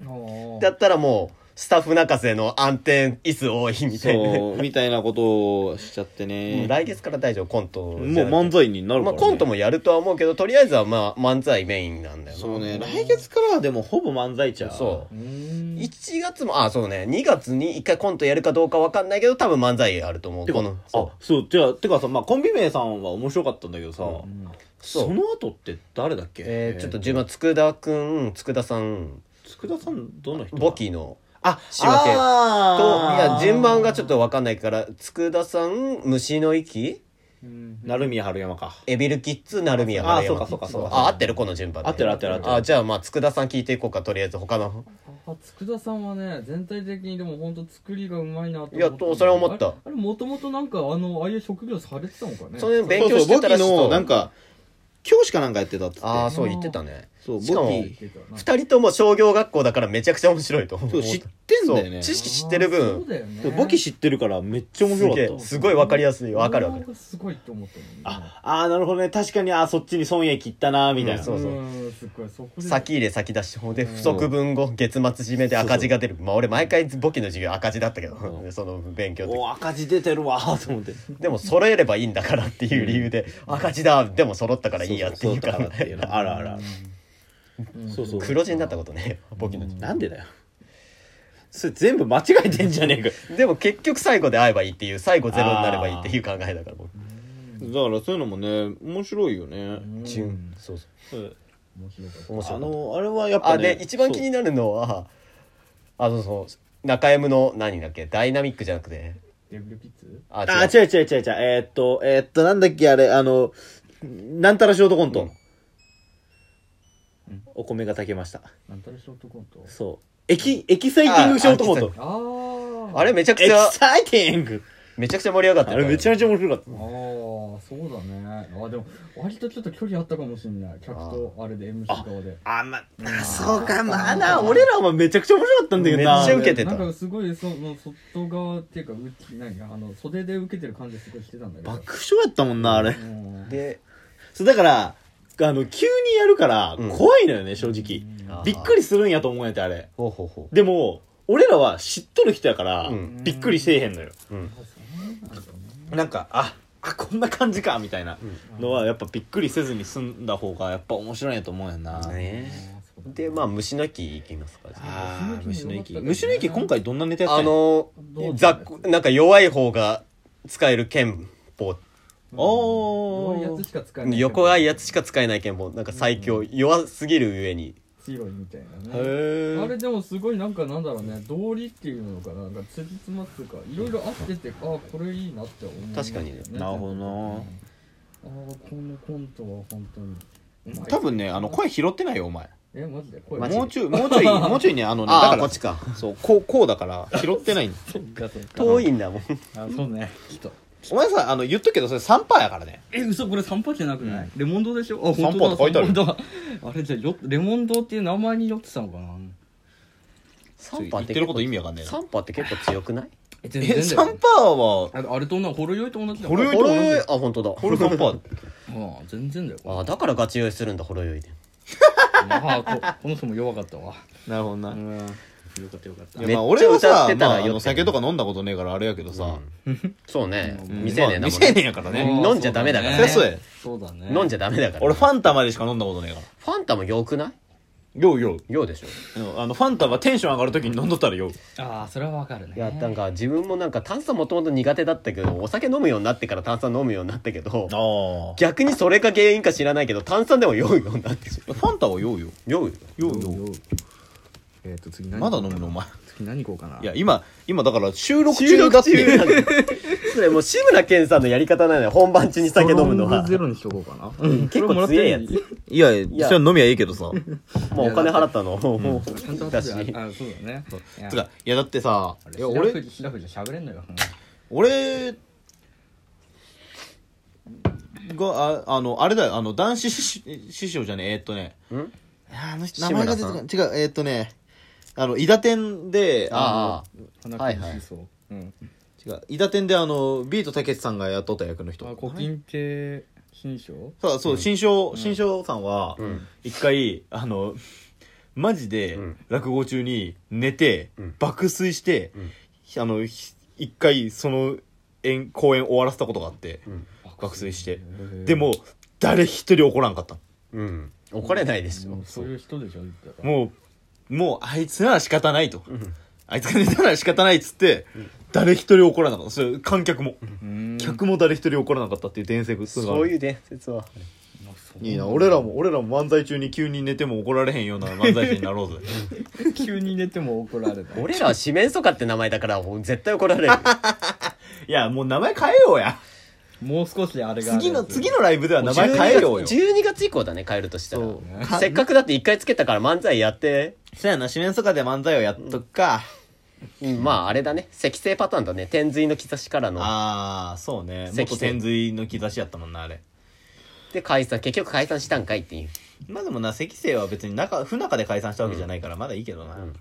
[SPEAKER 5] だ
[SPEAKER 3] だったらもう、スタッフ泣かせの暗転椅子多いみたいな。
[SPEAKER 1] そうみたいなことをしちゃって
[SPEAKER 3] もう
[SPEAKER 1] ね
[SPEAKER 3] 来月から大丈夫、コント
[SPEAKER 1] もう
[SPEAKER 3] じゃなくて。
[SPEAKER 1] 漫才になるか
[SPEAKER 3] ま
[SPEAKER 1] ら、
[SPEAKER 3] あ、
[SPEAKER 1] ね
[SPEAKER 3] コントもやるとは思うけど、とりあえずはまあ、漫才メインなんだよな。
[SPEAKER 1] そうね来月からはでもほぼ漫才ちゃう
[SPEAKER 3] そう
[SPEAKER 5] う。ーん
[SPEAKER 3] 1月も、あ、そうね。2月に1回コントやるかどうかわかんないけど、多分漫才あると思う。
[SPEAKER 1] てか
[SPEAKER 3] この、
[SPEAKER 1] あ
[SPEAKER 3] そ
[SPEAKER 1] そうじゃあてかさ、まあ、コンビ名さんは面白かったんだけどさ、
[SPEAKER 3] う
[SPEAKER 5] うん
[SPEAKER 3] そ
[SPEAKER 1] そ
[SPEAKER 3] う
[SPEAKER 1] の後って誰だっけ
[SPEAKER 3] えーちょっと順番、つくだくん、つくださん、
[SPEAKER 1] 佃さんどの人
[SPEAKER 3] 簿記の、
[SPEAKER 1] あ
[SPEAKER 3] 仕分けと、い
[SPEAKER 1] あ
[SPEAKER 3] や、
[SPEAKER 1] ー
[SPEAKER 3] 順番がちょっとわかんないから、つくださん、虫の息、
[SPEAKER 5] うん
[SPEAKER 1] 鳴宮春山か。
[SPEAKER 3] エビルキッズ、なるみや
[SPEAKER 1] あーそうかそうかそうか
[SPEAKER 3] あ、合ってるこの順番で
[SPEAKER 1] 合ってる合ってる合ってる
[SPEAKER 3] あ、じゃあまあ、つくださん聞いていこうか、とりあえず他の。
[SPEAKER 5] あ佃さんはね全体的にでも本当作りがうまいなと思った
[SPEAKER 3] いやとそれ思った
[SPEAKER 5] あれもともとなんかあのああいう職業されてたのかね
[SPEAKER 3] それ勉
[SPEAKER 1] そう
[SPEAKER 3] 強
[SPEAKER 1] そう、
[SPEAKER 3] して
[SPEAKER 1] 簿
[SPEAKER 3] たら
[SPEAKER 1] 記
[SPEAKER 3] しいと
[SPEAKER 1] の、なんか、教師かなんかやってたっつって。
[SPEAKER 3] ああそう言ってたね
[SPEAKER 1] そう、
[SPEAKER 3] しか
[SPEAKER 1] 簿
[SPEAKER 3] も
[SPEAKER 1] 記。
[SPEAKER 3] 二人とも商業学校だからめちゃくちゃ面白いと思
[SPEAKER 1] そう、知ってんだよね。
[SPEAKER 3] そ
[SPEAKER 1] そ
[SPEAKER 3] う知識知ってる分
[SPEAKER 5] そうだよね
[SPEAKER 1] う簿記知ってるから、めっちゃ面白かっ
[SPEAKER 3] すげえ
[SPEAKER 1] た。
[SPEAKER 3] すごいわかりやすいわかるわかる
[SPEAKER 5] 俺はすごいって思ったのね
[SPEAKER 1] あ、あーなるほどね。確かに、あーそっちに損益いったなー、みたいな。
[SPEAKER 3] うんそうそうん
[SPEAKER 5] すごいそこで
[SPEAKER 3] 先入れ先出し法で不足分後月末締めで赤字が出るまあ俺毎回簿記の授業赤字だったけ
[SPEAKER 1] う
[SPEAKER 3] どその勉強
[SPEAKER 1] おー赤字出てるわ ーと思って
[SPEAKER 3] ででも揃えればいいんだからっていう理由で赤字だでも揃ったからいいやって
[SPEAKER 1] そ
[SPEAKER 3] いうう
[SPEAKER 1] そうそ
[SPEAKER 3] か
[SPEAKER 1] うだからっていうのあらあら
[SPEAKER 5] うん
[SPEAKER 1] そうそう
[SPEAKER 3] 黒字になったことね簿記の授
[SPEAKER 1] なんでだよそれ全部間違えてんじゃねえか
[SPEAKER 3] 業でも結局最後で会えばいいっていう最後ゼロになればいいっていう考えだから僕
[SPEAKER 1] だからそういうのもね面白いよね
[SPEAKER 5] うん
[SPEAKER 3] チューンそうそう
[SPEAKER 1] うん
[SPEAKER 5] 面白かった
[SPEAKER 3] 面白
[SPEAKER 1] あ
[SPEAKER 3] い
[SPEAKER 1] のあれはやっぱ
[SPEAKER 3] あ
[SPEAKER 1] ね
[SPEAKER 3] で一番気になるのはあのその中 M の何だっけダイナミックじゃなくて
[SPEAKER 5] デブルピッツ
[SPEAKER 3] あ
[SPEAKER 1] あ
[SPEAKER 3] う
[SPEAKER 1] 違う違う違う違うえーっとえーっとなんだっけあれあのなんたらショートコント、お米が炊けました
[SPEAKER 5] なんたらショートコント
[SPEAKER 1] そうエキエキサイティングショートコント
[SPEAKER 3] あ
[SPEAKER 5] ああ
[SPEAKER 3] あれめちゃく
[SPEAKER 1] エ
[SPEAKER 3] ち
[SPEAKER 1] キ
[SPEAKER 3] ゃ
[SPEAKER 1] サイティング
[SPEAKER 3] めちゃくちゃ盛り上がって
[SPEAKER 1] あ
[SPEAKER 3] た
[SPEAKER 1] れめちゃめちゃ面白かっ
[SPEAKER 5] あ
[SPEAKER 1] た
[SPEAKER 5] あそうだねあでも割とちょっと距離あったかもしれない客とあれで MC 側で
[SPEAKER 1] あまあそうかまあな俺らはめちゃくちゃ面白かったんだけどな
[SPEAKER 3] めっちゃ受けてた
[SPEAKER 5] なんかすごいその外側っていうかうち何あの袖で受けてる感じすごいしてたんだけど
[SPEAKER 1] 爆笑やったもんなあれ
[SPEAKER 5] うん
[SPEAKER 3] で
[SPEAKER 1] そうだからあの急にやるから
[SPEAKER 3] うん
[SPEAKER 1] 怖いのよね、正直
[SPEAKER 3] あー
[SPEAKER 1] びっくりするんやと思えてあれ
[SPEAKER 3] ほうほうほ
[SPEAKER 1] でも俺らは知っとる人やから、
[SPEAKER 3] うん
[SPEAKER 1] びっくりせえへんのよ
[SPEAKER 3] う、うん
[SPEAKER 5] あ、そうなんだね
[SPEAKER 1] なんかああこんな感じかみたいなのはやっぱびっくりせずに済んだ方がやっぱ面白いんやと思うやんな、
[SPEAKER 3] ね
[SPEAKER 5] あそうだね
[SPEAKER 3] でまあ虫の木いきますかじゃあ
[SPEAKER 1] あー
[SPEAKER 5] 虫
[SPEAKER 1] 虫
[SPEAKER 5] の
[SPEAKER 1] の
[SPEAKER 5] 息
[SPEAKER 1] 息虫の息今回どんなネタやった
[SPEAKER 3] あ
[SPEAKER 1] んや
[SPEAKER 3] の
[SPEAKER 5] どう
[SPEAKER 3] ざっくなんか弱い方が使える剣法
[SPEAKER 1] お
[SPEAKER 5] 弱いや
[SPEAKER 1] ー
[SPEAKER 5] つしか使えない
[SPEAKER 3] 横がいいやつしか使えない剣法なんか最強弱すぎるゆえに
[SPEAKER 5] 強いみたいなね
[SPEAKER 1] へ
[SPEAKER 5] あれ
[SPEAKER 1] ー
[SPEAKER 5] でもすごいなんかなんだろうね道理っていうのかななんかつじつまっていうかいろいろ合っててああこれいいなって思う、
[SPEAKER 3] 確かにね
[SPEAKER 1] なるほどな
[SPEAKER 5] どああこのコントは本当にうまい
[SPEAKER 1] 多分ねあの声拾ってないよお前
[SPEAKER 5] えマジでこれ
[SPEAKER 3] マジで
[SPEAKER 1] もうちょいもうちょいもうちょい ねあのね
[SPEAKER 3] あ
[SPEAKER 1] だ
[SPEAKER 3] あ
[SPEAKER 1] か
[SPEAKER 3] こ
[SPEAKER 1] ら
[SPEAKER 3] っちか
[SPEAKER 1] そうこうこうだから拾ってないん だ
[SPEAKER 3] 遠いんだもん
[SPEAKER 4] あそうねきっと
[SPEAKER 1] お前さあの言っとくけどそれ3パーやからね
[SPEAKER 4] え嘘これ散歩じゃなくない、レモン堂でしょあ
[SPEAKER 1] 散歩っ
[SPEAKER 4] 本当だ
[SPEAKER 1] て書いてある
[SPEAKER 4] 散歩だあれじゃあよレモン堂っていう名前に酔ってたのかな
[SPEAKER 3] 3
[SPEAKER 1] 言ってること意味わかんねえな
[SPEAKER 3] 三波って結構強くない
[SPEAKER 4] え
[SPEAKER 1] え
[SPEAKER 4] 全
[SPEAKER 1] 3パ
[SPEAKER 4] だよ
[SPEAKER 1] ーは
[SPEAKER 4] ああれと同じほろ酔いと同じだよ
[SPEAKER 1] ほろ酔い
[SPEAKER 3] ほろ酔いあ本当だ
[SPEAKER 1] これ3パー
[SPEAKER 4] ああ全然だよ
[SPEAKER 3] あだからガチ酔いするんだほろ酔いで
[SPEAKER 4] ああここの人も弱かったわ
[SPEAKER 1] なるほどな
[SPEAKER 4] うんよかったよかった
[SPEAKER 1] いや
[SPEAKER 3] めっち
[SPEAKER 1] ま
[SPEAKER 3] ゃ
[SPEAKER 1] あ俺は
[SPEAKER 3] 歌っ
[SPEAKER 1] さ
[SPEAKER 3] てた
[SPEAKER 1] ま
[SPEAKER 3] ら
[SPEAKER 1] ああ
[SPEAKER 3] 酔って
[SPEAKER 1] の
[SPEAKER 3] る
[SPEAKER 1] 酒とか飲んだことねえからあれやけど
[SPEAKER 3] さ
[SPEAKER 1] さ
[SPEAKER 3] そうね
[SPEAKER 1] うん
[SPEAKER 3] 未成
[SPEAKER 1] まあ
[SPEAKER 3] 年だもん
[SPEAKER 1] 未成
[SPEAKER 3] ね
[SPEAKER 1] 年やからね
[SPEAKER 3] 飲んじゃダメだから
[SPEAKER 1] ねそうや
[SPEAKER 4] そうだね
[SPEAKER 3] 飲んじゃダメだから
[SPEAKER 1] 俺
[SPEAKER 3] 俺
[SPEAKER 1] ファンタまでしか飲んだことねえから
[SPEAKER 3] ファンタもよくない
[SPEAKER 1] 酔う酔う
[SPEAKER 3] ようでしょ
[SPEAKER 1] うんあのファンタはテンション上がるときに飲んどったら酔う
[SPEAKER 4] ああそれはわかるね
[SPEAKER 3] いやなんか自分もなんか炭酸もともと苦手だったけどお酒飲むようになってから炭酸飲むようになったけど
[SPEAKER 1] あ
[SPEAKER 3] 逆にそれが原因か知らないけど炭酸でも酔うようになってしま
[SPEAKER 1] あファンタは酔うよ
[SPEAKER 3] う酔うよ
[SPEAKER 1] 酔うよ
[SPEAKER 4] えっ、と次何
[SPEAKER 1] まだ飲むのお前
[SPEAKER 4] 次何行こうかない
[SPEAKER 1] や今今だから収録中だって
[SPEAKER 3] 収録中なんだそれもう志村けんさんのやり方なのよ本番中に酒飲むのは
[SPEAKER 4] ゼロにしとこうかな、うん
[SPEAKER 3] 結構強いやつ
[SPEAKER 1] いやい
[SPEAKER 3] や
[SPEAKER 1] やそれ飲みはいいけどさ
[SPEAKER 3] もうお金払ったのも
[SPEAKER 4] ちゃん
[SPEAKER 3] う
[SPEAKER 4] と後 で
[SPEAKER 3] だし
[SPEAKER 4] ああそうだねいや
[SPEAKER 1] つかいやだってさいや
[SPEAKER 4] 白
[SPEAKER 1] 俺
[SPEAKER 4] 藤白藤喋れんのよ
[SPEAKER 1] 俺がああのあれだよあの男子師師匠じゃねええーっとね
[SPEAKER 3] ん
[SPEAKER 1] あの
[SPEAKER 3] 志
[SPEAKER 1] 名
[SPEAKER 3] 村
[SPEAKER 1] 前
[SPEAKER 3] さ
[SPEAKER 1] が
[SPEAKER 3] ん
[SPEAKER 1] 出てこない違うえーっとねあの伊田店であ
[SPEAKER 3] あ
[SPEAKER 4] 鼻
[SPEAKER 3] はい
[SPEAKER 4] く
[SPEAKER 3] はい
[SPEAKER 4] じそううん
[SPEAKER 1] の違う伊田店であのビートたけしさんが雇った役の人
[SPEAKER 4] あ古今亭新章
[SPEAKER 1] そうそう、新章新章さんは
[SPEAKER 3] ん
[SPEAKER 1] 一回あのマジで
[SPEAKER 3] うん
[SPEAKER 1] 落語中に寝て、
[SPEAKER 3] うん
[SPEAKER 1] 爆睡して、
[SPEAKER 3] うん
[SPEAKER 1] ひあのひ一回その演公演終わらせたことがあって、
[SPEAKER 3] うん
[SPEAKER 1] 爆睡して
[SPEAKER 4] へえ
[SPEAKER 1] でも誰一人怒らんかった
[SPEAKER 3] あうん怒れないでし
[SPEAKER 4] でも
[SPEAKER 3] ょ
[SPEAKER 4] そういう人でしょ言ったら
[SPEAKER 1] もうもうあいつなら仕方ないと、
[SPEAKER 3] ん
[SPEAKER 1] あいつが寝たら仕方ないっつって、誰一人怒らなかったそれ観客も、
[SPEAKER 4] うん
[SPEAKER 1] 客も誰一人怒らなかったっていう伝説がある
[SPEAKER 3] そういう伝説はある
[SPEAKER 1] いいな俺らも俺らも漫才中に急に寝ても怒られへんような漫才師になろうぜ
[SPEAKER 4] 急に寝ても怒られた
[SPEAKER 3] 俺らは四面楚歌って名前だからもう絶対怒られる
[SPEAKER 1] いやもう名前変えようや
[SPEAKER 4] もう少しあれがあ る
[SPEAKER 1] 次の次のライブでは名前変えようよ
[SPEAKER 3] 12月以降だね変えるとした
[SPEAKER 1] そう
[SPEAKER 3] らせっかくだって一回つけたから漫才やって
[SPEAKER 1] そうやな、四面楚歌で漫才をやっとくか。
[SPEAKER 3] うんまああれだね積成パターンだね天髄の兆しからの
[SPEAKER 1] ああ、そうね。
[SPEAKER 3] 関
[SPEAKER 1] 元天髄の兆しやったもんな、あれ。
[SPEAKER 3] で解散結局解散したんかいっていう
[SPEAKER 1] まあでもな、関西は別に中、不仲で解散したわけじゃないから、まだいいけどな。
[SPEAKER 3] うん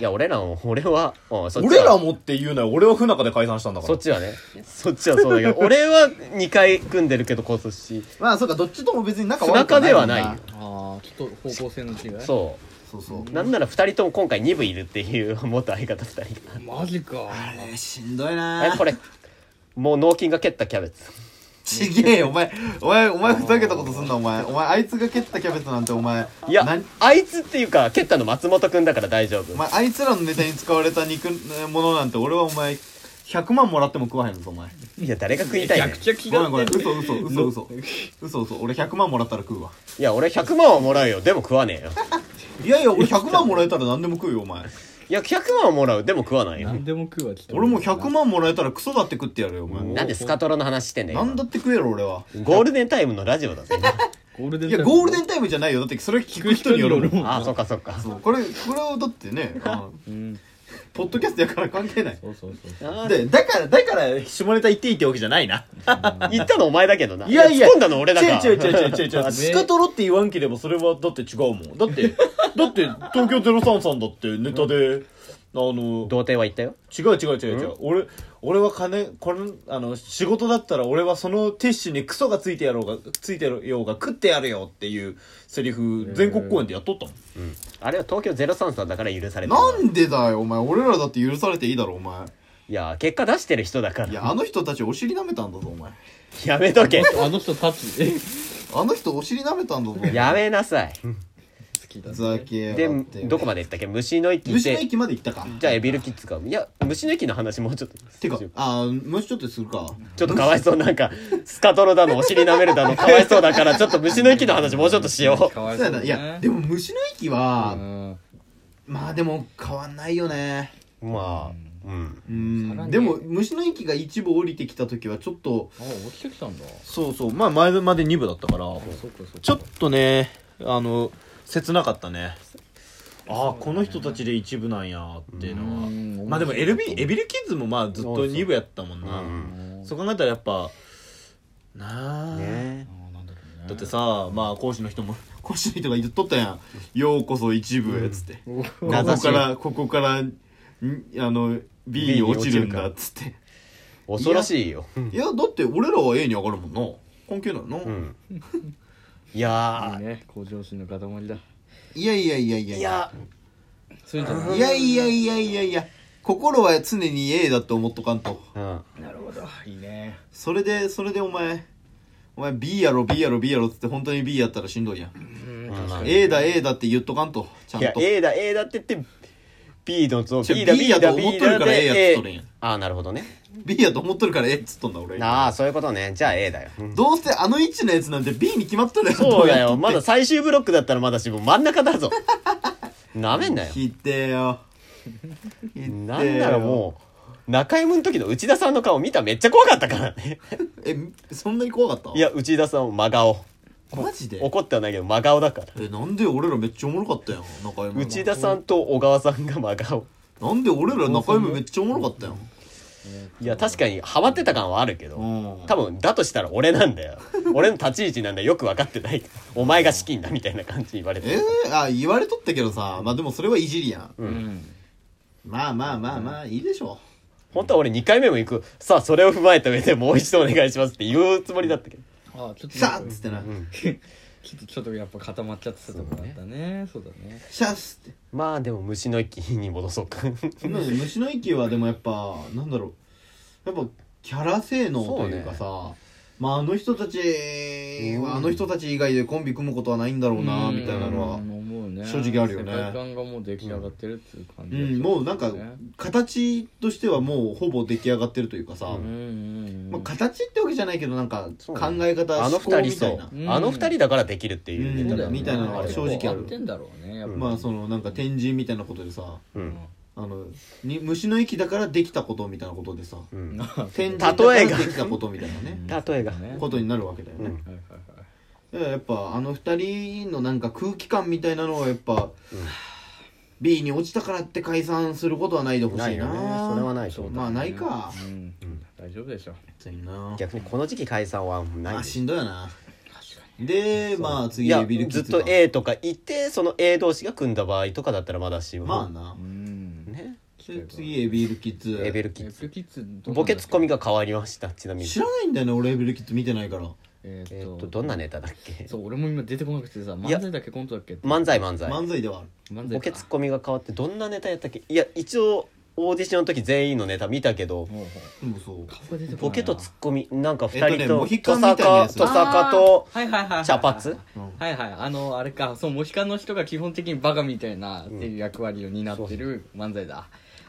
[SPEAKER 3] いや俺らも俺はうんそっちは
[SPEAKER 1] 俺らもって言うなよ。俺は不仲で解散したんだか
[SPEAKER 3] そ
[SPEAKER 1] ら
[SPEAKER 3] っ。ち はねそっちはそうだけど俺は2回組んでるけど今年
[SPEAKER 1] まあそうか、どっちとも別に仲悪く
[SPEAKER 3] 不仲ではない
[SPEAKER 1] もん
[SPEAKER 4] ああちょっと方向性の違い
[SPEAKER 3] そ
[SPEAKER 1] そうそう
[SPEAKER 3] う。なんなら2人とも今回2部いるっていう元相方2人が
[SPEAKER 4] マジか
[SPEAKER 1] え、しんどいな
[SPEAKER 3] えこれもう脳筋が蹴ったキャベツ
[SPEAKER 1] ちげえよ、お前、お前、お前ふざけたことすんな、お前。お前、あいつが蹴ったキャベツなんて、お前。
[SPEAKER 3] いや
[SPEAKER 1] 何
[SPEAKER 3] あいつっていうか蹴ったの松本くんだから大丈夫
[SPEAKER 1] お前、あいつらのネタに使われた肉、ものなんて、俺はお前、100万もらっても食わへんぞ、お前。
[SPEAKER 3] いや誰が食いたいね
[SPEAKER 4] ちゃ気
[SPEAKER 1] ごめんごめん、嘘嘘嘘嘘。嘘嘘、俺100万もらったら食うわ。
[SPEAKER 3] いや俺100万はもらうよでも食わねえよ
[SPEAKER 1] いやいや、俺100万もらえたら何でも食うよ、お前。
[SPEAKER 3] いや100万はもらうでも食わないよ
[SPEAKER 4] 何でも食うわちょっと
[SPEAKER 1] 俺もう100万もらえたらクソだって食ってやるよ、お前。
[SPEAKER 3] なんでスカトラの話してんだよ
[SPEAKER 1] なんだって食えろ、俺は。
[SPEAKER 3] ゴールデンタイムのラジオ だぜ
[SPEAKER 4] ゴールデン
[SPEAKER 1] いや、ゴールデ
[SPEAKER 4] ン
[SPEAKER 1] ンタイムじゃないよ。だって、それ聞く人によるもん。
[SPEAKER 3] あそっかそっか
[SPEAKER 1] そう、これ、これをだって ね、あの
[SPEAKER 4] うん
[SPEAKER 1] ポッドキャストやから関係ない。
[SPEAKER 4] そうそうそう
[SPEAKER 3] あ
[SPEAKER 1] で、だから、だから、下ネタ言っていいってわけじゃないな。
[SPEAKER 3] 言ったのお前だけどない
[SPEAKER 1] いやいや。
[SPEAKER 3] 突っ込んだの俺だから
[SPEAKER 1] 違う違う違う違 う違う違う。スカトロって言わんければそれはだって違うもん。だって、 だって東京03さんだってネタで、あの、
[SPEAKER 3] 童貞は言ったよ
[SPEAKER 1] 違う違う違う違う。俺、俺は金、この、あの、仕事だったら俺はそのティッシュにクソがついてやろうが、ついてようが食ってやるよっていうセリフ、全国公演でやっとったもん。
[SPEAKER 3] あれは東京03さんだから許されてる
[SPEAKER 1] なんでだよ、お前。俺らだって許されていいだろ、お前。
[SPEAKER 3] いや結果出してる人だから
[SPEAKER 1] いや、あの人たちお尻舐めたんだぞ、お前。
[SPEAKER 3] やめ とけ
[SPEAKER 4] あの人たちえ
[SPEAKER 1] あの人お尻舐めたんだぞ。
[SPEAKER 3] やめなさい
[SPEAKER 4] 好きだ
[SPEAKER 1] ふざけ
[SPEAKER 3] で
[SPEAKER 1] やがって
[SPEAKER 3] どこまで行ったっけ虫の息
[SPEAKER 1] 虫の
[SPEAKER 3] で
[SPEAKER 1] 駅まで行ったか。
[SPEAKER 3] じゃあエビルキッズかいや虫の息の話もうちょっと
[SPEAKER 1] てか、あー、もうちょっとするか。
[SPEAKER 3] ちょっとかわいそうなんかスカトロだのお尻舐めるだのかわいそうだからちょっと虫の息の話もうちょっとしよ
[SPEAKER 4] かわい
[SPEAKER 1] そうや
[SPEAKER 4] そうだ
[SPEAKER 1] な。
[SPEAKER 4] ね
[SPEAKER 1] いや、でも虫の駅
[SPEAKER 4] う
[SPEAKER 1] は、
[SPEAKER 4] ん
[SPEAKER 1] まあでも変わんないよね。
[SPEAKER 3] うまあうん
[SPEAKER 1] う
[SPEAKER 5] さら
[SPEAKER 1] ん。
[SPEAKER 5] に
[SPEAKER 1] でも虫の駅が一部降りてきた時はちょっと、
[SPEAKER 5] あ落ちてきたんだ
[SPEAKER 1] そうそう、まあ前まで2部だったから、
[SPEAKER 5] そうかそうか
[SPEAKER 1] ちょっとね、あの、切なかったね。ああ、この人たちで一部なんやっていうのは。
[SPEAKER 5] ん
[SPEAKER 1] まあでもエルビ、エビルキッズもまあずっと2部やったもん
[SPEAKER 3] う
[SPEAKER 1] な。
[SPEAKER 3] ん
[SPEAKER 1] そう考えたらやっぱ、なあ。
[SPEAKER 3] ね
[SPEAKER 5] あなんだろうね
[SPEAKER 1] だってさ、まあ講師の人も、 講師の人が言っとったやん。ようこそ一部へ、つって。こ
[SPEAKER 3] 名指
[SPEAKER 1] こ
[SPEAKER 3] し
[SPEAKER 1] から、ここから、んあの、B に落ちるんだ、っつって。
[SPEAKER 3] 恐ろしいよ
[SPEAKER 1] いや、だって俺らは A に上がるもんな。関係ないな。
[SPEAKER 3] うんいや
[SPEAKER 4] いいね向上心の塊だ
[SPEAKER 1] いやいやいやいや
[SPEAKER 3] ー
[SPEAKER 1] い
[SPEAKER 3] い
[SPEAKER 1] や。
[SPEAKER 3] や
[SPEAKER 4] そういうんじゃない
[SPEAKER 1] いやいやいやいやいや。心は常に A だって思っとかんと。
[SPEAKER 3] うん
[SPEAKER 4] なるほどいいね
[SPEAKER 1] それで、それでお前、お前 B やろ B やろ B やろっつって本当に B やったらしんどいやん。
[SPEAKER 3] まあ
[SPEAKER 1] A だ A だって言っとかんと。ちゃん
[SPEAKER 3] いや
[SPEAKER 1] と。
[SPEAKER 3] A だ A だって言って B のそう
[SPEAKER 1] じゃあ
[SPEAKER 3] B だ
[SPEAKER 1] B
[SPEAKER 3] B
[SPEAKER 1] や
[SPEAKER 3] だ
[SPEAKER 1] と思っ
[SPEAKER 3] B
[SPEAKER 1] とる
[SPEAKER 3] だ
[SPEAKER 1] から A やっつっ
[SPEAKER 3] で
[SPEAKER 1] とるんや
[SPEAKER 3] A ああなるほどね
[SPEAKER 1] B やと思っとるから A っつっとんだ俺。
[SPEAKER 3] ああそういうことねじゃあ A だようん
[SPEAKER 1] どうせあの位置のやつなんて B に決まっとるやん。
[SPEAKER 3] そうだよまだ最終ブロックだったらまだしも真ん中だぞなめんなよ
[SPEAKER 1] 聞いてよ。
[SPEAKER 3] なんならもう中山の時の内田さんの顔見ためっちゃ怖かったからね
[SPEAKER 1] う。え、そんなに怖かった
[SPEAKER 3] いや、内田さんも真顔
[SPEAKER 1] マジで
[SPEAKER 3] 怒ってはないけど真顔だから
[SPEAKER 1] え、なんで俺らめっちゃおもろかったやん。中山。
[SPEAKER 3] 内田さんと小川さんが真顔
[SPEAKER 1] なんで俺ら中山めっちゃおもろかったやん。
[SPEAKER 3] いや確かにハマってた感はあるけど、
[SPEAKER 1] うん
[SPEAKER 3] 多分だとしたら俺なんだよ俺の立ち位置なんだよよく分かってないお前が資金だみたいな感じに言われて
[SPEAKER 1] えー、あ、言われとったけどさ。まあでもそれはいじりやん。
[SPEAKER 4] うん
[SPEAKER 1] まあまあまあまあ、いいでしょ
[SPEAKER 3] 本当は俺2回目も行くさあそれを踏まえた上でもう一度お願いしますって言うつもりだったけど
[SPEAKER 4] あちょっ
[SPEAKER 1] う。
[SPEAKER 4] と
[SPEAKER 1] さあっつってな。
[SPEAKER 4] ちょっとちょっとやっぱ固まっちゃってたとこだったねそうだね
[SPEAKER 1] シャスって。
[SPEAKER 3] まあでも虫の息に戻そうか
[SPEAKER 1] 今の虫の息はでもやっぱ、なんだろう。やっぱ、キャラ性能というかさ。まああの人たちはあの人たち以外でコンビ組むことはないんだろうなみたいなのは
[SPEAKER 4] うん思うね
[SPEAKER 1] 正直あるよね
[SPEAKER 4] 世界観がもう出来上がってるっていう感
[SPEAKER 1] う
[SPEAKER 4] じ
[SPEAKER 1] ん、もうなんか
[SPEAKER 4] ね
[SPEAKER 1] 形としてはもうほぼ出来上がってるというかさ、
[SPEAKER 4] うんうんう
[SPEAKER 1] まあ、
[SPEAKER 4] ん
[SPEAKER 1] 形ってわけじゃないけどなんか
[SPEAKER 3] そ
[SPEAKER 1] 考
[SPEAKER 3] うね
[SPEAKER 1] え方
[SPEAKER 3] あの
[SPEAKER 1] 思考
[SPEAKER 3] 二
[SPEAKER 1] み
[SPEAKER 3] 人
[SPEAKER 1] た
[SPEAKER 3] そ
[SPEAKER 1] いうな、
[SPEAKER 4] ん
[SPEAKER 3] あの二人だからできるっていう
[SPEAKER 1] うん
[SPEAKER 3] ネ
[SPEAKER 1] だよ
[SPEAKER 3] タだ
[SPEAKER 1] ね
[SPEAKER 3] よ
[SPEAKER 1] みたいなのが正直ある
[SPEAKER 4] やってんだろうねやっぱ
[SPEAKER 1] まあそのなんか天神みたいなことでさ
[SPEAKER 3] うん
[SPEAKER 1] あのに虫の息だからできたことみたいなことでさ
[SPEAKER 3] うん
[SPEAKER 1] 天神だから
[SPEAKER 3] 例えが
[SPEAKER 1] できたことみたいなね
[SPEAKER 3] 例えが
[SPEAKER 4] ね
[SPEAKER 1] ことになるわけだよね、
[SPEAKER 3] うん
[SPEAKER 4] はいはいはい
[SPEAKER 1] やだからやっぱあの二人のなんか空気感みたいなのはやっぱ、B に落ちたからって解散することはないでほしいな
[SPEAKER 3] ないよねそれはないと思う
[SPEAKER 1] まあないか
[SPEAKER 4] うん、大丈夫でしょ
[SPEAKER 1] 別にな
[SPEAKER 3] 逆にこの時期解散はない
[SPEAKER 1] あ
[SPEAKER 3] で
[SPEAKER 1] しんどいよなでまあ
[SPEAKER 3] い
[SPEAKER 1] 次
[SPEAKER 3] や
[SPEAKER 1] レビルキ
[SPEAKER 3] ずっ
[SPEAKER 1] ッズ
[SPEAKER 3] と
[SPEAKER 1] か
[SPEAKER 3] A とかいてその A 同士が組んだ場合とかだったらまだし
[SPEAKER 1] まあな
[SPEAKER 4] う、うん
[SPEAKER 3] ね
[SPEAKER 1] で次エビルキッズ
[SPEAKER 3] エベルキ
[SPEAKER 6] エ
[SPEAKER 3] ッ
[SPEAKER 6] プ
[SPEAKER 3] ズ
[SPEAKER 6] ルキッズどうなんだ
[SPEAKER 3] ボケツッコミが変わりましたちなみに
[SPEAKER 1] 知らないんだよね俺エビルキッズ見てないから
[SPEAKER 4] え
[SPEAKER 3] え
[SPEAKER 4] ー
[SPEAKER 3] ー
[SPEAKER 4] っ
[SPEAKER 3] っと
[SPEAKER 4] と
[SPEAKER 3] どんなネタだっけ
[SPEAKER 4] そう俺も今出てこなくてさ漫才だっけコントだっけって
[SPEAKER 3] 漫才漫才
[SPEAKER 1] 漫才ではある
[SPEAKER 4] 漫
[SPEAKER 3] ボ
[SPEAKER 4] 才
[SPEAKER 3] ケ
[SPEAKER 4] か
[SPEAKER 3] ツッコミが変わってどんなネタやったっけいや一応オーディションの時全員のネタ見たけど
[SPEAKER 4] ほうほう
[SPEAKER 1] でもそう
[SPEAKER 4] 顔が出てこないな
[SPEAKER 3] ボケとツッコミなんか
[SPEAKER 1] えっと
[SPEAKER 3] 2
[SPEAKER 1] ね
[SPEAKER 3] 人と
[SPEAKER 1] モヒカ
[SPEAKER 3] 登
[SPEAKER 1] ンみたいなや
[SPEAKER 3] 坂
[SPEAKER 1] つ
[SPEAKER 3] 登坂と
[SPEAKER 4] はいはいはいはい
[SPEAKER 3] 茶髪
[SPEAKER 4] はいはいあのあれかそうモヒカンの人が基本的にバカみたいなっていう役割を担ってる漫才だ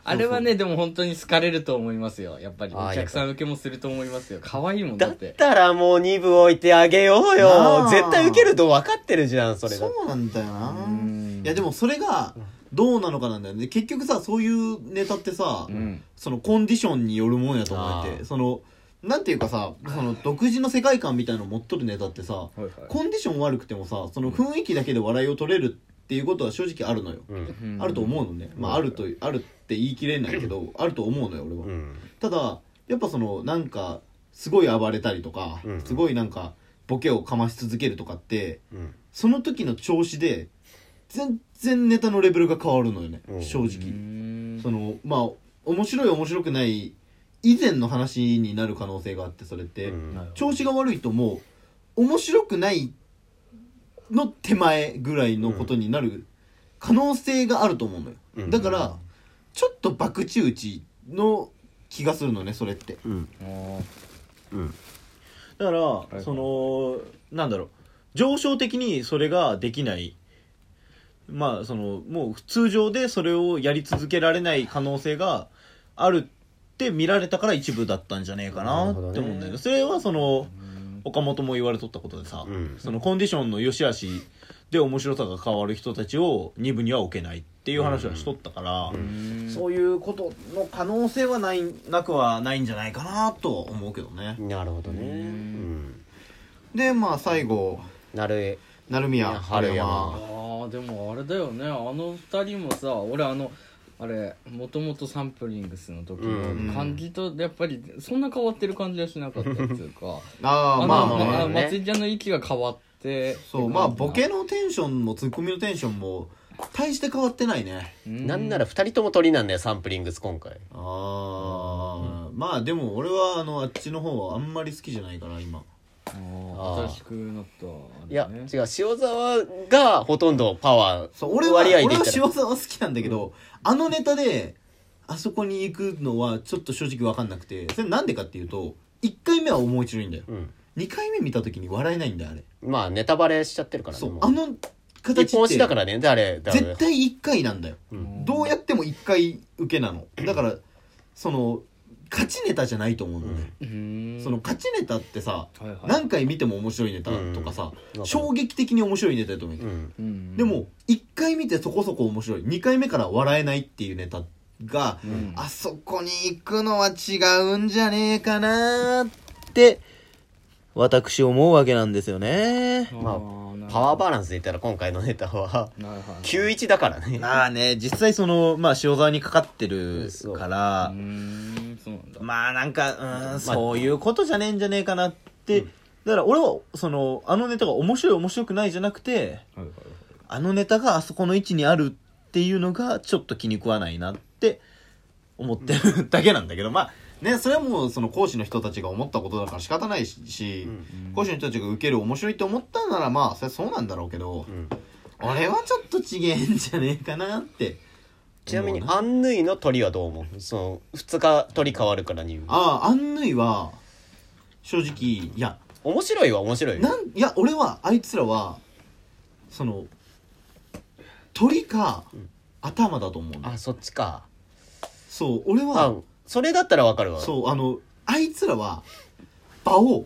[SPEAKER 4] あれはねでも本当に好かれると思いますよやっぱり
[SPEAKER 3] あー
[SPEAKER 4] お客さん受けもすると思いますよ可愛いもんだ
[SPEAKER 3] だ
[SPEAKER 4] っ
[SPEAKER 3] ってたらもう2部置いてあげよ
[SPEAKER 1] な
[SPEAKER 3] うよ
[SPEAKER 1] あ
[SPEAKER 3] 絶対受けると分かってるじゃんそれだ
[SPEAKER 1] そうなんだよな
[SPEAKER 4] うん
[SPEAKER 1] いやでもそれがどうなのかなんだよね結局さそういうネタってさ、
[SPEAKER 4] ん
[SPEAKER 1] そのコンディションによるもんやと思って
[SPEAKER 3] あ
[SPEAKER 1] て
[SPEAKER 3] ー
[SPEAKER 1] そのなんていうかさその独自の世界観みたいの持っとるネタってさ、
[SPEAKER 4] いはい
[SPEAKER 1] コンディション悪くてもさその雰囲気だけで笑いを取れるっていうことは正直あるのよ、
[SPEAKER 3] うん
[SPEAKER 1] あると思うのね、まあ、あるとあるって言い切れないけどあると思うのよ俺は、
[SPEAKER 3] うん
[SPEAKER 1] ただやっぱそのなんかすごい暴れたりとか、
[SPEAKER 3] うん
[SPEAKER 1] すごいなんかボケをかまし続けるとかって
[SPEAKER 3] うん
[SPEAKER 1] その時の調子で全然ネタのレベルが変わるのよね、
[SPEAKER 3] うん
[SPEAKER 1] 正
[SPEAKER 4] う
[SPEAKER 1] 直、
[SPEAKER 4] ん
[SPEAKER 1] そのまあ面白い面白くない以前の話になる可能性があってそれって、
[SPEAKER 3] うん
[SPEAKER 1] 調子が悪いともう面白くないの手前ぐらいのことになる可能性があると思うのよ、
[SPEAKER 3] うん
[SPEAKER 1] だからちょっと博打打ちの気がするのねそれって
[SPEAKER 7] うん
[SPEAKER 4] あー
[SPEAKER 7] だから、
[SPEAKER 4] い
[SPEAKER 7] そのなんだろう上昇的にそれができないまあそのもう通常でそれをやり続けられない可能性があるって見られたから一部だったんじゃねえかなって思うんだよ
[SPEAKER 3] な
[SPEAKER 7] ね
[SPEAKER 3] るほどね
[SPEAKER 7] それはその岡本も言われとったことでさ、
[SPEAKER 3] うん
[SPEAKER 7] そのコンディションの良し悪しで面白さが変わる人たちを2部には置けないっていう話はしとったから、そういうことの可能性はないなくはないんじゃないかなとは思うけどね。
[SPEAKER 3] なるほどねうん
[SPEAKER 1] でまあ最後
[SPEAKER 3] なるえ
[SPEAKER 1] 成宮春
[SPEAKER 4] あ
[SPEAKER 1] 山
[SPEAKER 4] ーでもあれだよねあの二人もさ俺あのあれもともとサンプリングスの時
[SPEAKER 3] うん
[SPEAKER 4] の感じとやっぱりそんな変わってる感じはしなかったっていうか
[SPEAKER 1] あ
[SPEAKER 4] あ
[SPEAKER 1] あ
[SPEAKER 4] の
[SPEAKER 1] まあ
[SPEAKER 4] ま
[SPEAKER 1] ま
[SPEAKER 4] あ
[SPEAKER 1] あ、
[SPEAKER 3] まあね
[SPEAKER 4] 松井ちゃんの息が変わって
[SPEAKER 1] そうまあボケのテンションもツッコミのテンションも大して変わってないね
[SPEAKER 3] なんなら2人とも鳥なんだよサンプリングス今回
[SPEAKER 1] ああまあでも俺はあのあっちの方はあんまり好きじゃないから今
[SPEAKER 4] あー
[SPEAKER 3] あー
[SPEAKER 4] 新しくなったあれね
[SPEAKER 3] いや違う塩沢がほとんどパワー
[SPEAKER 1] そう俺は
[SPEAKER 3] 割合で
[SPEAKER 1] 俺
[SPEAKER 3] 言
[SPEAKER 1] は
[SPEAKER 3] ったら
[SPEAKER 1] 塩沢好きなんだけど、あのネタであそこに行くのはちょっと正直分かんなくてそれなんでかっていうと1回目は面白いんだよ、
[SPEAKER 3] うん
[SPEAKER 1] 2回目見た時に笑えないんだよあれ
[SPEAKER 3] まあネタバレしちゃってるからね
[SPEAKER 1] そう
[SPEAKER 3] もう
[SPEAKER 1] あの形って
[SPEAKER 3] 一本押しだからね誰誰
[SPEAKER 1] 絶対1回なんだよ、
[SPEAKER 3] うん
[SPEAKER 1] どうやっても1回受けなのだからその勝ちネタじゃないと思うのね、
[SPEAKER 4] うーん
[SPEAKER 1] その勝ちネタってさ、
[SPEAKER 4] はいはい
[SPEAKER 1] 何回見ても面白いネタとかさ、
[SPEAKER 3] うん
[SPEAKER 1] 衝撃的に面白いネタだと思う、
[SPEAKER 3] うん
[SPEAKER 4] うん
[SPEAKER 1] でも1回見てそこそこ面白い2回目から笑えないっていうネタが、
[SPEAKER 4] ん
[SPEAKER 1] あそこに行くのは違うんじゃねえかなって
[SPEAKER 7] 私思うわけなんですよね。
[SPEAKER 4] あ
[SPEAKER 3] ま
[SPEAKER 4] ー
[SPEAKER 3] パワーバランスで言ったら今回のネタは
[SPEAKER 4] なるほど
[SPEAKER 3] 91だからね
[SPEAKER 7] まあね、実際その、まあ塩沢にかかってるから
[SPEAKER 4] う、ーんそうなんだ
[SPEAKER 7] まあなんか、う
[SPEAKER 3] あ
[SPEAKER 7] ん、そういうことじゃねえんじゃねえかなって、だから俺は、その、あのネタが面白い面白くないじゃなくて、あのネタがあそこの位置にあるっていうのがちょっと気に食わないなって思ってるだけなんだけど、まあ、
[SPEAKER 1] ねそれはもうその講師の人たちが思ったことだから仕方ないし、講師の人たちが受ける面白いって思ったならまあそれはそうなんだろうけど、
[SPEAKER 3] ん
[SPEAKER 1] 俺はちょっと違えんじゃねえかなって
[SPEAKER 3] ちなみにアンヌイの鳥はどう思うその2日鳥変わるからに
[SPEAKER 1] ああアンヌイは正直いや
[SPEAKER 3] 面白いは面白いよ
[SPEAKER 1] なんいや俺はあいつらはその鳥か頭だと思うの
[SPEAKER 3] あそっちか
[SPEAKER 1] そう俺
[SPEAKER 3] あ
[SPEAKER 1] は
[SPEAKER 3] それだったらわかるわ
[SPEAKER 1] そうあのあいつらは場を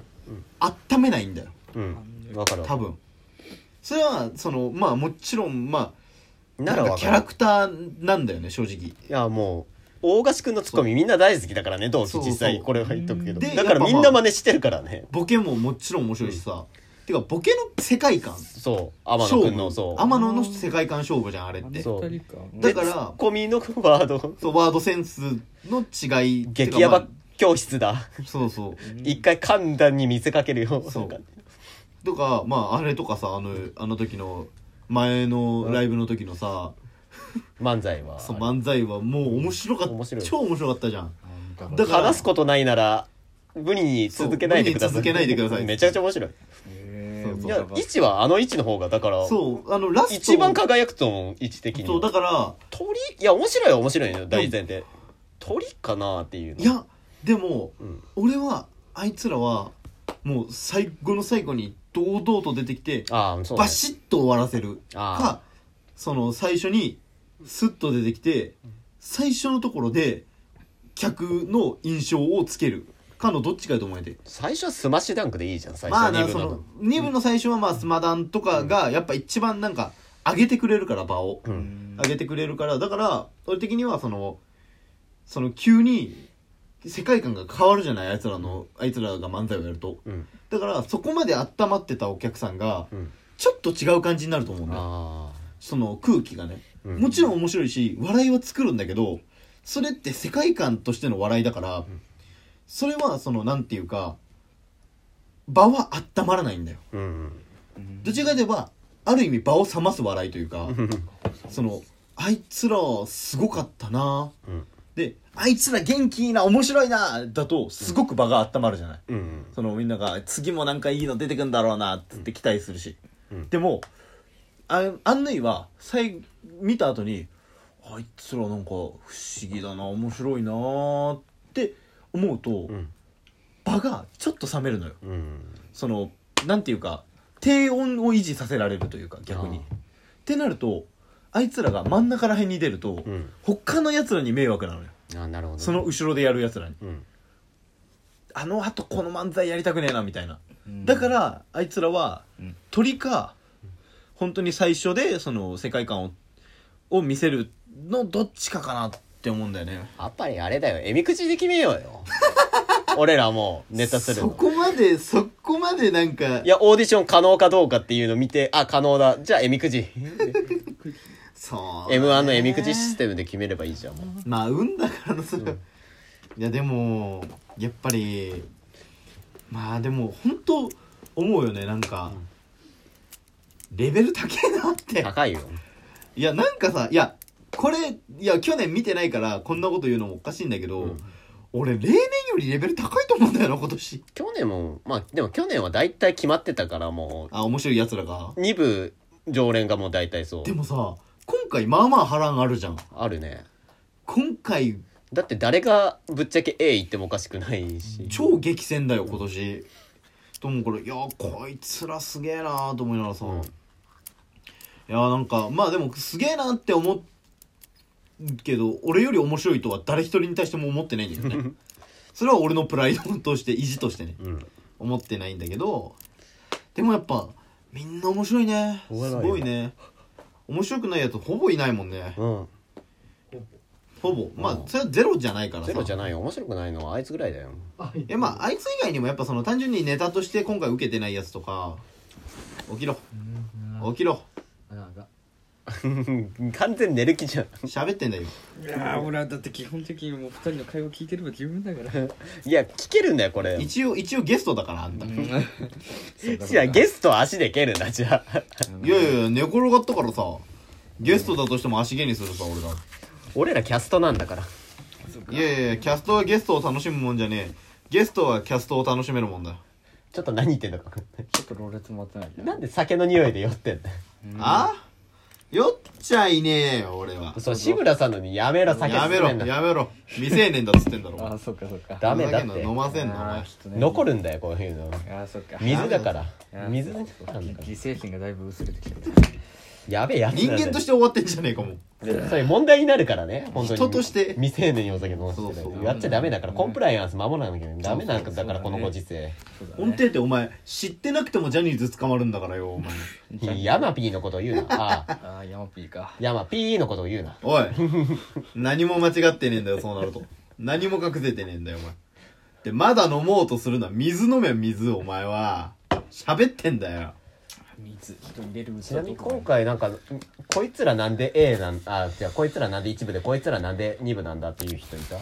[SPEAKER 1] 温めないんだよ
[SPEAKER 3] うんわかるわ
[SPEAKER 1] 多分それはそのまあもちろんまあ
[SPEAKER 3] なら
[SPEAKER 1] なん
[SPEAKER 3] わ
[SPEAKER 1] かキ
[SPEAKER 3] か
[SPEAKER 1] ャ
[SPEAKER 3] る
[SPEAKER 1] ラクターなんだよね正直
[SPEAKER 3] いやもう大菓子くんのツッコミみんな大好きだからね同期
[SPEAKER 1] そう
[SPEAKER 3] 実際
[SPEAKER 1] そう
[SPEAKER 3] これは言っとくけど
[SPEAKER 1] で
[SPEAKER 3] だから
[SPEAKER 1] やっぱまあ
[SPEAKER 3] みんな真似してるからね
[SPEAKER 1] ボケももちろん面白いしさ、ていうかボケの世界観
[SPEAKER 3] そう天野くんのそう
[SPEAKER 1] 天野の世界観勝負じゃんあれって
[SPEAKER 3] そう
[SPEAKER 8] 二人か
[SPEAKER 1] だ
[SPEAKER 3] で
[SPEAKER 1] から
[SPEAKER 3] ツッコミのワード
[SPEAKER 1] そうワードセンスの違い
[SPEAKER 3] 激ヤバ
[SPEAKER 1] てか
[SPEAKER 3] 教室だ
[SPEAKER 1] まあそうそう
[SPEAKER 3] 一回簡単に見せかけるよ
[SPEAKER 1] そう
[SPEAKER 3] なんか
[SPEAKER 1] とかまああれとかさあのあの時の前のライブの時のさ、
[SPEAKER 3] 漫才は
[SPEAKER 1] そう漫才はもう面白かった
[SPEAKER 3] 面白い
[SPEAKER 1] 超面白かったじゃん
[SPEAKER 8] だか
[SPEAKER 1] だからら
[SPEAKER 3] 話すことないなら無理に続けないでくださ
[SPEAKER 1] そう
[SPEAKER 3] い
[SPEAKER 1] 無理に続けないでください
[SPEAKER 3] めちゃくちゃ面白い
[SPEAKER 8] へ
[SPEAKER 1] そう
[SPEAKER 8] ー
[SPEAKER 3] い
[SPEAKER 1] そう
[SPEAKER 3] や位置はあの位置の方がだから
[SPEAKER 1] そうあのラスト
[SPEAKER 3] 一番輝くと思う位置的に
[SPEAKER 1] そうだから
[SPEAKER 3] 鳥いや面白いは面白いのよ大前提鳥かなっていうの
[SPEAKER 1] いやでも、
[SPEAKER 3] うん
[SPEAKER 1] 俺はあいつらはもう最後の最後に堂々と出てきて
[SPEAKER 3] ああそうね
[SPEAKER 1] バシッと終わらせる
[SPEAKER 3] あ
[SPEAKER 1] かその最初にスッと出てきて最初のところで客の印象をつけるかのどっちかやと思えて
[SPEAKER 3] 最初はスマッシュダンクでいいじゃん最
[SPEAKER 1] まあ
[SPEAKER 3] 初
[SPEAKER 1] な
[SPEAKER 3] 二
[SPEAKER 1] そ
[SPEAKER 3] 分
[SPEAKER 1] の
[SPEAKER 3] の
[SPEAKER 1] 2部の最初はまあスマダンとかがやっぱ一番なんか上げてくれるから場を
[SPEAKER 3] うん
[SPEAKER 1] 上げてくれるからだから俺的にはそのその急に世界観が変わるじゃないあいつらのあいつらが漫才をやると
[SPEAKER 3] うん
[SPEAKER 1] だからそこまで温まってたお客さんが
[SPEAKER 3] うん
[SPEAKER 1] ちょっと違う感じになると思うんだよ
[SPEAKER 3] あ
[SPEAKER 1] その空気がね
[SPEAKER 3] あ
[SPEAKER 1] もちろん面白いし笑いは作るんだけどそれって世界観としての笑いだからそれはそのなんていうか場は温まらないんだよ
[SPEAKER 3] ろんうん
[SPEAKER 1] どちらかといえばある意味場を冷ます笑いというかそのあいつらすごかったな
[SPEAKER 3] うん
[SPEAKER 1] であいつら元気いいな面白いなだとすごく場が温まるじゃない
[SPEAKER 3] うん
[SPEAKER 1] そのみんなが次もなんかいいの出てくんだろうなっつって期待するし、
[SPEAKER 3] うん
[SPEAKER 1] でもあ案内は最見た後にあいつらなんか不思議だな面白いなーって思うと、
[SPEAKER 3] うん
[SPEAKER 1] 場がちょっと冷めるのよ
[SPEAKER 3] うん
[SPEAKER 1] そのなんていうか低温を維持させられるというか逆に。っ
[SPEAKER 3] あ
[SPEAKER 1] てなるとあいつらが真ん中らへんに出ると、
[SPEAKER 3] うん
[SPEAKER 1] 他のやつらに迷惑なのよ
[SPEAKER 3] ああなるほどね
[SPEAKER 1] その後ろでやるやつらに。
[SPEAKER 3] うん
[SPEAKER 1] あの後この漫才やりたくねえなみたいな、
[SPEAKER 8] ん
[SPEAKER 1] だからあいつらは
[SPEAKER 8] うん
[SPEAKER 1] 鳥か、本当に最初でその世界観をを見せるのどっちかかなって思うんだよね
[SPEAKER 3] やっぱりあれだよえみくじで決めようよ 俺らもうネタするの
[SPEAKER 1] までそこまでなんか
[SPEAKER 3] いやオーディション可能かどうかっていうの見てあ可能だじゃあえみくじ
[SPEAKER 1] そう
[SPEAKER 3] m 1のえみくじシステムで決めればいいじゃんもう
[SPEAKER 1] まあ運だからなそれは、いやでもやっぱりまあでも本当思うよねなんか、レベル高えなって
[SPEAKER 3] 高いよ
[SPEAKER 1] いやなんかさいやこれいや去年見てないからこんなこと言うのもおかしいんだけど、俺例年よりレベル高いと思うんだよな今年
[SPEAKER 3] 去年もまあでも去年は大体決まってたからも
[SPEAKER 1] あ面白いやつらが
[SPEAKER 3] う2部常連がもう大体そう
[SPEAKER 1] でもさ今回まあまあ波乱あるじゃん
[SPEAKER 3] あるね
[SPEAKER 1] 今回
[SPEAKER 3] だって誰がぶっちゃけ A 言ってもおかしくないし
[SPEAKER 1] 超激戦だよ今年と思うからいやこいつらすげえなーと思いながらさ、
[SPEAKER 3] うん
[SPEAKER 1] いやなんかまあでもすげえなって思うけど俺より面白いとは誰一人に対しても思ってないんだよ ねそれは俺のプライドとして意地としてね
[SPEAKER 3] うん
[SPEAKER 1] 思ってないんだけどでもやっぱみんな面白いね
[SPEAKER 3] お笑い
[SPEAKER 1] す
[SPEAKER 3] よ
[SPEAKER 1] ごいね面白くないやつほぼいないもんね
[SPEAKER 3] うん
[SPEAKER 1] ほぼまあ
[SPEAKER 3] うん
[SPEAKER 1] それはゼロじゃないからさ
[SPEAKER 3] ゼロじゃないよ面白くないのはあいつぐらいだよ
[SPEAKER 1] えまああいつ以外にもやっぱその単純にネタとして今回受けてないやつとか起きろ起きろ
[SPEAKER 3] 完全寝る気じゃん
[SPEAKER 1] 喋ってんだよ
[SPEAKER 4] いやー俺はだって基本的にもう二人の会話聞いてれば十分だから
[SPEAKER 3] いや聞けるんだよこれい
[SPEAKER 1] 一応一応ゲストだからあん たい
[SPEAKER 3] やゲストは足で蹴るんだじゃあ
[SPEAKER 1] やいやいや寝転がったからさゲストだとしても足毛にするさ俺ら
[SPEAKER 3] 俺らキャストなんだから
[SPEAKER 1] いやいやいやキャストはゲストを楽しむもんじゃねえゲストはキャストを楽しめるもんだ
[SPEAKER 3] ちょっと何言ってんだか分かんない
[SPEAKER 4] ちょっとローレット回ってない
[SPEAKER 3] なんで酒の匂いで酔ってんだよ
[SPEAKER 1] あ酔っちゃいねえよ俺は
[SPEAKER 3] そう志村さんのにやめろ酒
[SPEAKER 1] やめろ
[SPEAKER 3] 進めんな
[SPEAKER 1] やめろ未成年だっつってんだ ろお
[SPEAKER 4] あ
[SPEAKER 1] 前
[SPEAKER 4] あそっかそっか
[SPEAKER 3] ダメだっ
[SPEAKER 1] ふざけん
[SPEAKER 3] て
[SPEAKER 1] な飲ませんなお
[SPEAKER 4] あ
[SPEAKER 1] 前
[SPEAKER 4] ーちょっとね
[SPEAKER 3] 残るんだよこういうの
[SPEAKER 4] ああそっか
[SPEAKER 3] 水だから
[SPEAKER 4] あ
[SPEAKER 3] 水な
[SPEAKER 4] そ
[SPEAKER 3] んだ
[SPEAKER 4] うそう
[SPEAKER 3] か
[SPEAKER 4] 犠
[SPEAKER 3] ら
[SPEAKER 4] 牲心がだいぶ薄れてきた
[SPEAKER 3] やべえやつ
[SPEAKER 1] 人間としてて終わってんじゃねえかも
[SPEAKER 3] そういう問題になるからね本当に
[SPEAKER 1] 人として
[SPEAKER 3] 未成年にお酒飲ませて
[SPEAKER 1] そうそう
[SPEAKER 3] やっちゃダメだからコンプライアンス守らなきゃダメなんだからこのご時世
[SPEAKER 1] 音程ってお前知ってなくてもジャニーズ捕まるんだからよお前
[SPEAKER 3] ヤマピーのことを言うなああ
[SPEAKER 4] ああヤマピーか
[SPEAKER 3] ヤマピーのことを言うな
[SPEAKER 1] おい何も間違ってねえんだよそうなると何も隠せてねえんだよお前でまだ飲もうとするな水飲め水お前は喋ってんだよ
[SPEAKER 4] 水人入れる器
[SPEAKER 3] ちなみに
[SPEAKER 4] とか
[SPEAKER 3] 今回なんかんこいつらなんで A なんあ違うこいつらなんで1部でこいつらなんで2部なんだっていう人いた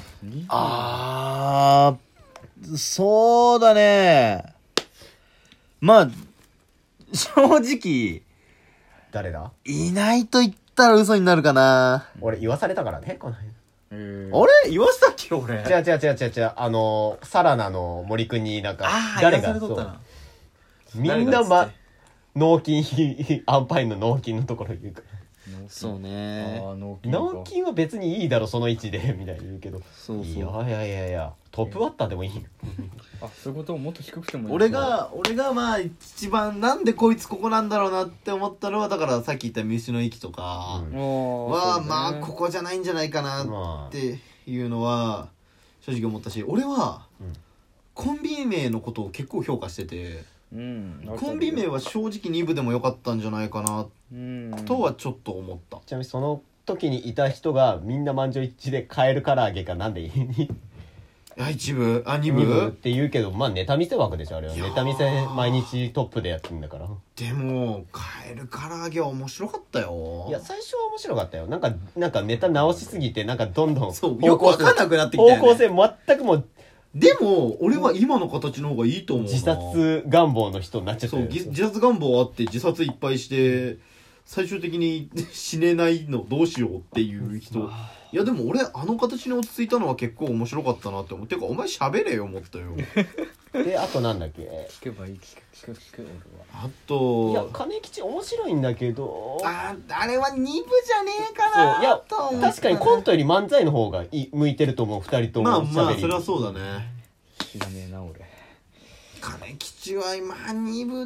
[SPEAKER 9] あー、そうだね。まあ、正直、
[SPEAKER 3] 誰だ
[SPEAKER 9] いないと言ったら嘘になるかな。
[SPEAKER 3] 俺言わされたからねこの辺
[SPEAKER 9] あれ言わせたっけ俺。
[SPEAKER 3] 違う違う違う違う違うあのサラナの森くんになんか誰がそうみんな、ま、脳筋 アンパインの脳筋のところ言うから
[SPEAKER 9] そう
[SPEAKER 4] あ
[SPEAKER 9] ね。
[SPEAKER 4] ー脳筋か
[SPEAKER 3] 脳筋は別にいいだろその位置でみ たいに言うけど
[SPEAKER 9] そう
[SPEAKER 3] い
[SPEAKER 9] そう。
[SPEAKER 3] やいやいやいやトップバッターでもいいよ
[SPEAKER 4] あそういうことをもっと低くてもいい
[SPEAKER 1] 俺が俺がまあ一番なんでこいつここなんだろうなって思ったのはだからさっき言った三好の息とか
[SPEAKER 3] うん
[SPEAKER 4] わ
[SPEAKER 1] はまあここじゃないんじゃないかな
[SPEAKER 3] まあ
[SPEAKER 1] っていうのは正直思ったし俺は
[SPEAKER 3] うん
[SPEAKER 1] コンビ名のことを結構評価してて
[SPEAKER 4] うん
[SPEAKER 1] コンビ名は正直2部でも良かったんじゃないかな
[SPEAKER 4] うん
[SPEAKER 1] とはちょっと思った
[SPEAKER 3] ちなみにその時にいた人がみんな満場一致でカエル唐揚げかなんでいい
[SPEAKER 1] あ一部あ二
[SPEAKER 3] 2部っ
[SPEAKER 1] 部
[SPEAKER 3] て言うけどまあネタ見せ枠でしょあれはい
[SPEAKER 1] やー
[SPEAKER 3] ネタ見せ毎日トップでやってんだから
[SPEAKER 1] でもカエル唐揚げは面白かったよ
[SPEAKER 3] いや最初は面白かったよなんかなんかネタ直しすぎてなんかどんどん
[SPEAKER 1] そうよくわかんなくなってきた
[SPEAKER 3] 方
[SPEAKER 1] よ、
[SPEAKER 3] 向
[SPEAKER 1] ね、
[SPEAKER 3] 性全くもう
[SPEAKER 1] でも俺は今の形の方がいいと思うな
[SPEAKER 3] 自殺願望の人になっちゃった
[SPEAKER 1] そう
[SPEAKER 3] よ
[SPEAKER 1] ぎ自殺願望あって自殺いっぱいして最終的に 死ねないのどうしようっていう人いやでも俺あの形に落ち着いたのは結構面白かったなって思うてかお前喋れよもっと よ
[SPEAKER 3] であとなんだっけ
[SPEAKER 4] 聞けばいい聞く聞く聞く俺は
[SPEAKER 1] あ
[SPEAKER 3] いや
[SPEAKER 1] と
[SPEAKER 3] 金吉面白いんだけど
[SPEAKER 1] ああれは2部じゃねえか
[SPEAKER 3] そういや
[SPEAKER 1] と思った
[SPEAKER 3] 確かにコントより漫才の方がいい向いてると思う2人とも
[SPEAKER 1] まあまあ
[SPEAKER 3] 喋り
[SPEAKER 1] それはそうだね
[SPEAKER 4] 知らねえな俺
[SPEAKER 1] 金吉は今2部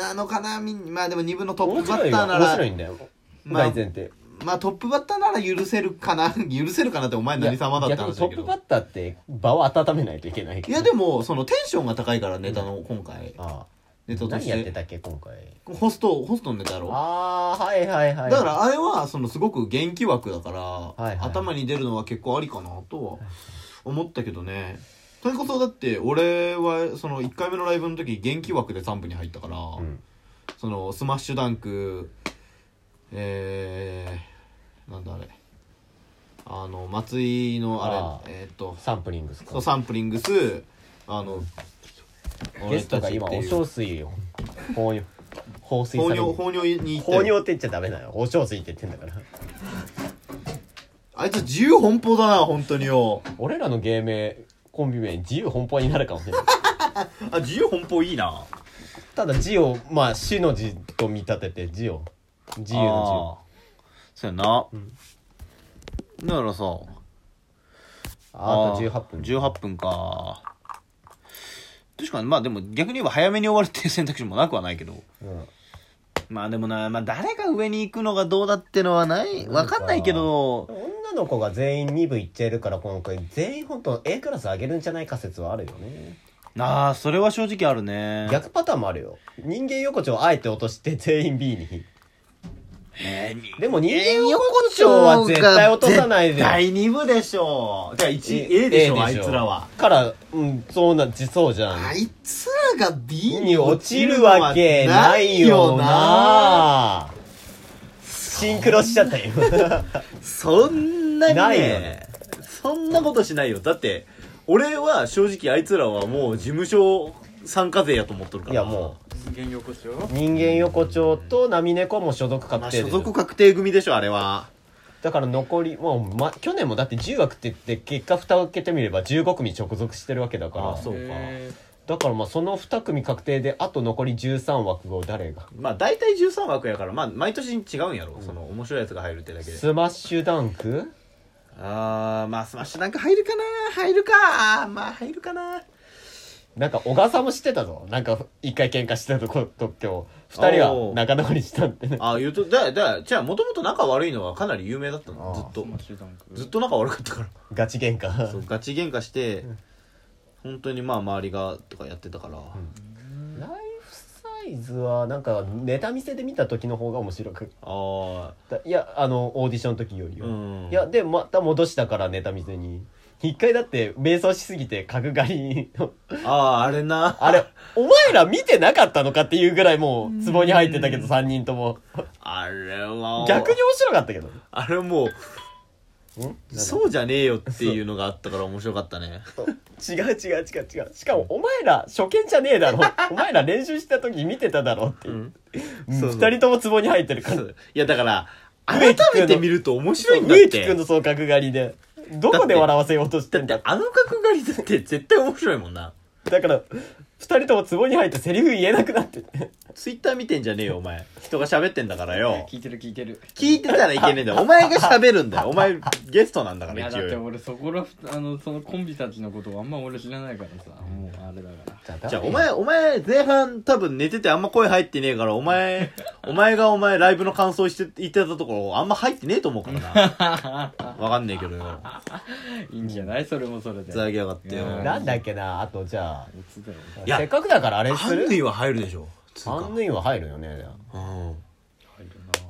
[SPEAKER 1] なのかなみんまあでも2部のトッ
[SPEAKER 3] 面
[SPEAKER 1] プバ
[SPEAKER 3] 白
[SPEAKER 1] ッ
[SPEAKER 3] い
[SPEAKER 1] タ
[SPEAKER 3] よ
[SPEAKER 1] ーな
[SPEAKER 3] 面白
[SPEAKER 1] ら
[SPEAKER 3] いんだよ
[SPEAKER 1] まあ
[SPEAKER 3] 大前提
[SPEAKER 1] まあトップバッターなら許せるかな許せるかなってお前何様だった
[SPEAKER 3] いや
[SPEAKER 1] 話
[SPEAKER 3] 逆
[SPEAKER 1] だ
[SPEAKER 3] に
[SPEAKER 1] け
[SPEAKER 3] トップ
[SPEAKER 1] ど
[SPEAKER 3] バッターって場を温めないといけない
[SPEAKER 1] いやでもそのテンションが高いからネタの今回
[SPEAKER 3] ああ
[SPEAKER 1] ネタとし
[SPEAKER 3] 何やって
[SPEAKER 1] て
[SPEAKER 3] たっけ今回
[SPEAKER 1] ホストホストのネタやろ
[SPEAKER 3] ああはいはい
[SPEAKER 1] だ
[SPEAKER 3] はい
[SPEAKER 1] からあれはそのすごく元気枠だか
[SPEAKER 3] いはい
[SPEAKER 1] ら
[SPEAKER 3] はい
[SPEAKER 1] 頭に出るのは結構ありかなとは思ったけどねそれこそだって俺はその1回目のライブの時元気枠で3部に入ったから
[SPEAKER 3] うん
[SPEAKER 1] そのスマッシュダンクえー、なんだあれあの松井のあ
[SPEAKER 3] あー
[SPEAKER 1] れえーっと
[SPEAKER 3] サンプリングです
[SPEAKER 1] そう
[SPEAKER 3] か
[SPEAKER 1] サンプリングスあの
[SPEAKER 3] ゲストが今お
[SPEAKER 1] 俺たちっていう
[SPEAKER 3] 小水を放尿放水さ
[SPEAKER 1] 放
[SPEAKER 3] れる
[SPEAKER 1] 尿放尿に行って
[SPEAKER 3] 放尿って言っちゃダメだよお小水って言ってんだから
[SPEAKER 1] あいつ自由奔放だな本当によ
[SPEAKER 3] 俺らの芸名コンビ名自由奔放になるかもしれない
[SPEAKER 1] あ自由奔放いいな
[SPEAKER 3] ただ字をまあ死の字と見立てて字を自由の
[SPEAKER 9] あーそうやな。
[SPEAKER 3] ん
[SPEAKER 9] だからさ、
[SPEAKER 3] 字をああと18分
[SPEAKER 9] 18分か。確かに、まあでも逆に言えば早めに終わるっていう選択肢もなくはないけど。
[SPEAKER 3] うん
[SPEAKER 9] まあでもな、まあ誰が上に行くのがどうだってのはない、わかんないけど、
[SPEAKER 3] 女の子が全員2部いっちゃいるから今回全員本当 A クラス上げるんじゃないか説はあるよね
[SPEAKER 9] ああ、それは正直あるね。
[SPEAKER 3] 逆パターンもあるよ人間横丁をあえて落として全員 B に
[SPEAKER 9] えーに
[SPEAKER 3] でも人間横丁は絶対落とさないで
[SPEAKER 1] 第2部でしょじゃあ 1A
[SPEAKER 3] え
[SPEAKER 1] でしょあいつらは
[SPEAKER 3] からうんそうなんじそうじゃん
[SPEAKER 1] あいつらが B
[SPEAKER 3] に
[SPEAKER 1] に
[SPEAKER 3] 落
[SPEAKER 1] 落
[SPEAKER 3] ち
[SPEAKER 1] ち
[SPEAKER 3] る
[SPEAKER 1] る
[SPEAKER 3] わ
[SPEAKER 1] わ
[SPEAKER 3] け
[SPEAKER 1] け
[SPEAKER 3] な
[SPEAKER 1] ないい
[SPEAKER 3] よ
[SPEAKER 1] よな
[SPEAKER 3] なシンクロしちゃったよ
[SPEAKER 9] そんなにね
[SPEAKER 3] ないよね
[SPEAKER 9] そんなことしないよだって俺は正直あいつらはもう事務所参加勢やと思っとるか
[SPEAKER 3] い
[SPEAKER 9] ら
[SPEAKER 3] やも
[SPEAKER 4] 人間横丁
[SPEAKER 3] う人間横丁と波猫も所属
[SPEAKER 9] まあ
[SPEAKER 3] 確定
[SPEAKER 9] 所
[SPEAKER 3] で
[SPEAKER 9] 属確定組でしょあれは
[SPEAKER 3] だから残りもう、ま、去年もだって10枠って言って結果蓋を開けてみれば15組直属してるわけだから
[SPEAKER 9] あそうか
[SPEAKER 4] へ
[SPEAKER 3] だからまあその2組確定であと残り13枠を誰が
[SPEAKER 9] まあ大体13枠やからまあ毎年違うんやろその面白いやつが入るってだけで
[SPEAKER 3] スマッシュダンク
[SPEAKER 9] あーまあスマッシュなんか入るかな入るかまあ入るかな
[SPEAKER 3] なんか小川さんも知ってたぞなんか一回喧嘩してたとこと今日2人は仲直りしたってね
[SPEAKER 9] ああ言うとだだじゃあもともと仲悪いのはかなり有名だった
[SPEAKER 3] あ
[SPEAKER 9] の
[SPEAKER 3] ー
[SPEAKER 9] ずっと
[SPEAKER 4] マッシュダンク
[SPEAKER 9] ずっと仲悪かったから
[SPEAKER 3] ガチ喧嘩
[SPEAKER 9] そうガチ喧嘩して本当にまあ周りがとかやってたから、
[SPEAKER 3] ライフサイズはなんかネタ見せで見た時の方が面白く
[SPEAKER 9] ああ
[SPEAKER 3] いやあのオーディションの時よりは、
[SPEAKER 9] うん
[SPEAKER 3] いやでまた戻したからネタ見せに一回だって瞑想しすぎて角刈り の
[SPEAKER 1] ああ、あれな。
[SPEAKER 3] あれお前ら見てなかったのかっていうぐらいもう壺に入ってたけど3人と も
[SPEAKER 1] あれは。
[SPEAKER 3] 逆に面白かったけど
[SPEAKER 1] あれもう、
[SPEAKER 3] そう
[SPEAKER 1] そうじゃねえよっていうのがあったから面白かったね。
[SPEAKER 3] 違う違う違う違うしかもお前ら初見じゃねえだろ お前ら練習した時見てただろっていう
[SPEAKER 1] そ
[SPEAKER 3] 2
[SPEAKER 1] うそう
[SPEAKER 3] 人とも壺に入ってるから
[SPEAKER 1] そう いや、だから、
[SPEAKER 3] 植
[SPEAKER 1] 改
[SPEAKER 3] 木君の
[SPEAKER 1] めて見ると面白いんだっ
[SPEAKER 3] 植木
[SPEAKER 1] て。
[SPEAKER 3] 君のそう角刈りでどこで笑わせようとして
[SPEAKER 1] だっ
[SPEAKER 3] んだ
[SPEAKER 1] て、あの角刈りだって絶対面白いもんな。
[SPEAKER 3] だから2人とも壺に入ってセリフ言えなくなって
[SPEAKER 1] ツイッター見てんじゃねえよ、お前。人が喋ってんだからよ。
[SPEAKER 4] 聞いてる聞いてる
[SPEAKER 1] 聞いてたらいけねえんだよ。お前が喋るんだよ。お前、ゲストなんだか
[SPEAKER 4] い
[SPEAKER 1] ら、
[SPEAKER 4] や
[SPEAKER 1] 一
[SPEAKER 4] だって
[SPEAKER 1] 応。
[SPEAKER 4] 俺そこらあのそのコンビたちのことをあんま俺知らないからさもうあれだから
[SPEAKER 1] じゃあ、お前、お前、前半多分寝ててあんま声入ってねえから、お前、お前がお前ライブの感想して、言ってたところ、あんま入ってねえと思うからな。わかんねえけどよ。
[SPEAKER 4] いいんじゃないそれもそれで
[SPEAKER 1] ふざけやがってよ。
[SPEAKER 4] うん
[SPEAKER 3] なんだっけなあとじゃ
[SPEAKER 4] いつだろう
[SPEAKER 3] あ
[SPEAKER 1] いや
[SPEAKER 3] せっかくだからあれす
[SPEAKER 1] ハン
[SPEAKER 3] る
[SPEAKER 1] ヌイは入るでしょ。つうか
[SPEAKER 3] アンヌイは入るよね
[SPEAKER 1] うん。
[SPEAKER 4] 入るな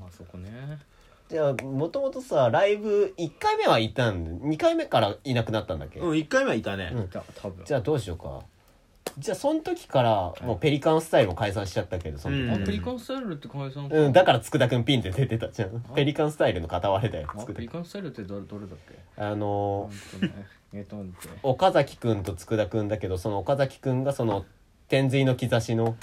[SPEAKER 4] あそこね
[SPEAKER 3] じゃあもともとさライブ1回目は行ったんで2回目からいなくなったんだっけ、
[SPEAKER 1] うん、1回目はいたね。
[SPEAKER 3] うん
[SPEAKER 4] いた多分
[SPEAKER 3] じゃあどうしようかじゃあその時からもうペリカンスタイルも解散しちゃったけどその時
[SPEAKER 1] うん
[SPEAKER 4] あペリカンスタイルって解散
[SPEAKER 3] うん、だから佃くんピンって出てたじゃんペリカンスタイルの片割れだよ
[SPEAKER 4] あ
[SPEAKER 3] 佃
[SPEAKER 4] ペリ
[SPEAKER 3] 君
[SPEAKER 4] カンスタイルってどれどれだっけ
[SPEAKER 3] あ
[SPEAKER 4] ほ
[SPEAKER 3] の
[SPEAKER 4] んとねえっと待って
[SPEAKER 3] ー岡崎くんと佃くんだけどその岡崎くんがその天髄の兆しの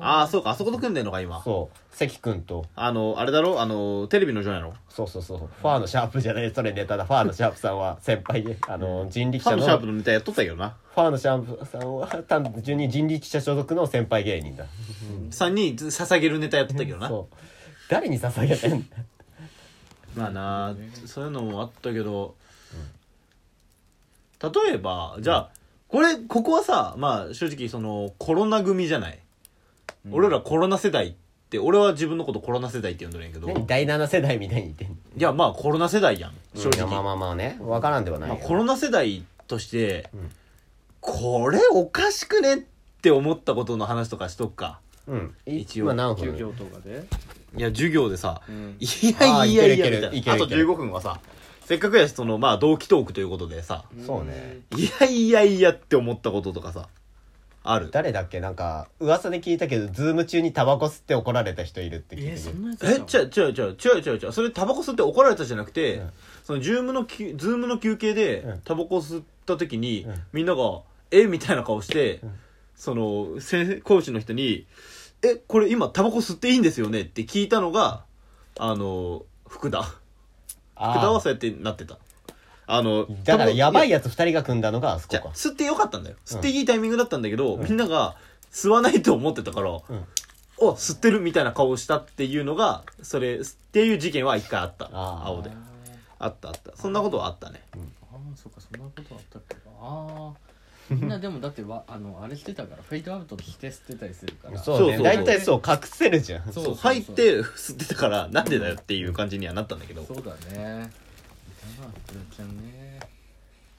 [SPEAKER 1] ああ、そうか、あそこと組んでんのか、今。
[SPEAKER 3] そう関くんと
[SPEAKER 1] あの、あれだろあの、テレビのジョンやろ
[SPEAKER 3] そうそうそうファーのシャープじゃないそれネタだファーのシャープさんは先輩であのー人力
[SPEAKER 1] ファ
[SPEAKER 3] 車
[SPEAKER 1] ン
[SPEAKER 3] の
[SPEAKER 1] のシャープのネタやっとったけどな。
[SPEAKER 3] ファーのシャープさんは単純に人力車所属の先輩芸人だ
[SPEAKER 1] 3人捧げるネタやっとったけどな。
[SPEAKER 3] そう誰に捧げてんだ
[SPEAKER 1] まあなあそういうのもあったけど、例えばじゃあこれここはさまあ正直そのコロナ組じゃない、俺らコロナ世代って俺は自分のことコロナ世代って呼んでるんやけど
[SPEAKER 3] 何
[SPEAKER 1] い
[SPEAKER 3] 第7世代みたいに言ってんの
[SPEAKER 1] やまあコロナ世代やん正
[SPEAKER 3] いや
[SPEAKER 1] 直、
[SPEAKER 3] まあまあまあね分からんではない
[SPEAKER 1] ま
[SPEAKER 3] よ
[SPEAKER 1] あ、コロナ世代として、
[SPEAKER 3] ん
[SPEAKER 1] これおかしくねって思ったことの話とかしとくか
[SPEAKER 3] うん
[SPEAKER 1] 一応
[SPEAKER 3] 今何分
[SPEAKER 4] 休業とかで
[SPEAKER 1] いや授業でさ、
[SPEAKER 4] ん
[SPEAKER 1] いやいやいや
[SPEAKER 3] あーいけるいける
[SPEAKER 1] み
[SPEAKER 3] い
[SPEAKER 1] た
[SPEAKER 3] け
[SPEAKER 1] いな
[SPEAKER 3] る
[SPEAKER 1] あと
[SPEAKER 3] いける
[SPEAKER 1] 15分はさせっかくやしそのまあ同期トークということでさ、
[SPEAKER 3] そうね
[SPEAKER 1] いやいやいやって思ったこととかさ、ある。
[SPEAKER 3] 誰だっけなんか噂で聞いたけどズーム中にタバコ吸って怒られた人いるって聞い
[SPEAKER 4] え
[SPEAKER 3] たけど
[SPEAKER 4] そんなやつ
[SPEAKER 1] え、違う違う違う違う違う違う。それタバコ吸って怒られたじゃなくて、そのズームのき、ズームの休憩で
[SPEAKER 3] うん
[SPEAKER 1] タバコ吸った時に、
[SPEAKER 3] うん
[SPEAKER 1] みんなが、えみたいな顔して、その、先生、講師の人に、え、これ今タバコ吸っていいんですよねって聞いたのが、あの、福田。福
[SPEAKER 3] あー
[SPEAKER 1] 田はそうやってなってた。あの、
[SPEAKER 3] だからやばい
[SPEAKER 1] や
[SPEAKER 3] やつ2人が組んだのがあそ
[SPEAKER 1] じゃ
[SPEAKER 3] こか
[SPEAKER 1] 吸ってよかったんだよ。吸っていいタイミングだったんだけど、みんなが吸わないと思ってたから、
[SPEAKER 3] うん
[SPEAKER 1] お吸ってるみたいな顔したっていうのがそれっていう事件は一回あった
[SPEAKER 3] あー
[SPEAKER 1] 青であったあったそんなことはあったね
[SPEAKER 4] ああそうかそんなことあったっけなああみんなでもだってわあ のあれしてたからフェイドアウトして捨てたりするから
[SPEAKER 3] そう
[SPEAKER 1] そうそう
[SPEAKER 3] ね
[SPEAKER 1] そう
[SPEAKER 3] 大体そう隠せるじゃん
[SPEAKER 4] そう
[SPEAKER 1] そう
[SPEAKER 4] そうそう
[SPEAKER 1] 入って吸ってたからなんでだよっていう感じにはなったんだけど
[SPEAKER 4] そうだねいたな福田ちゃんね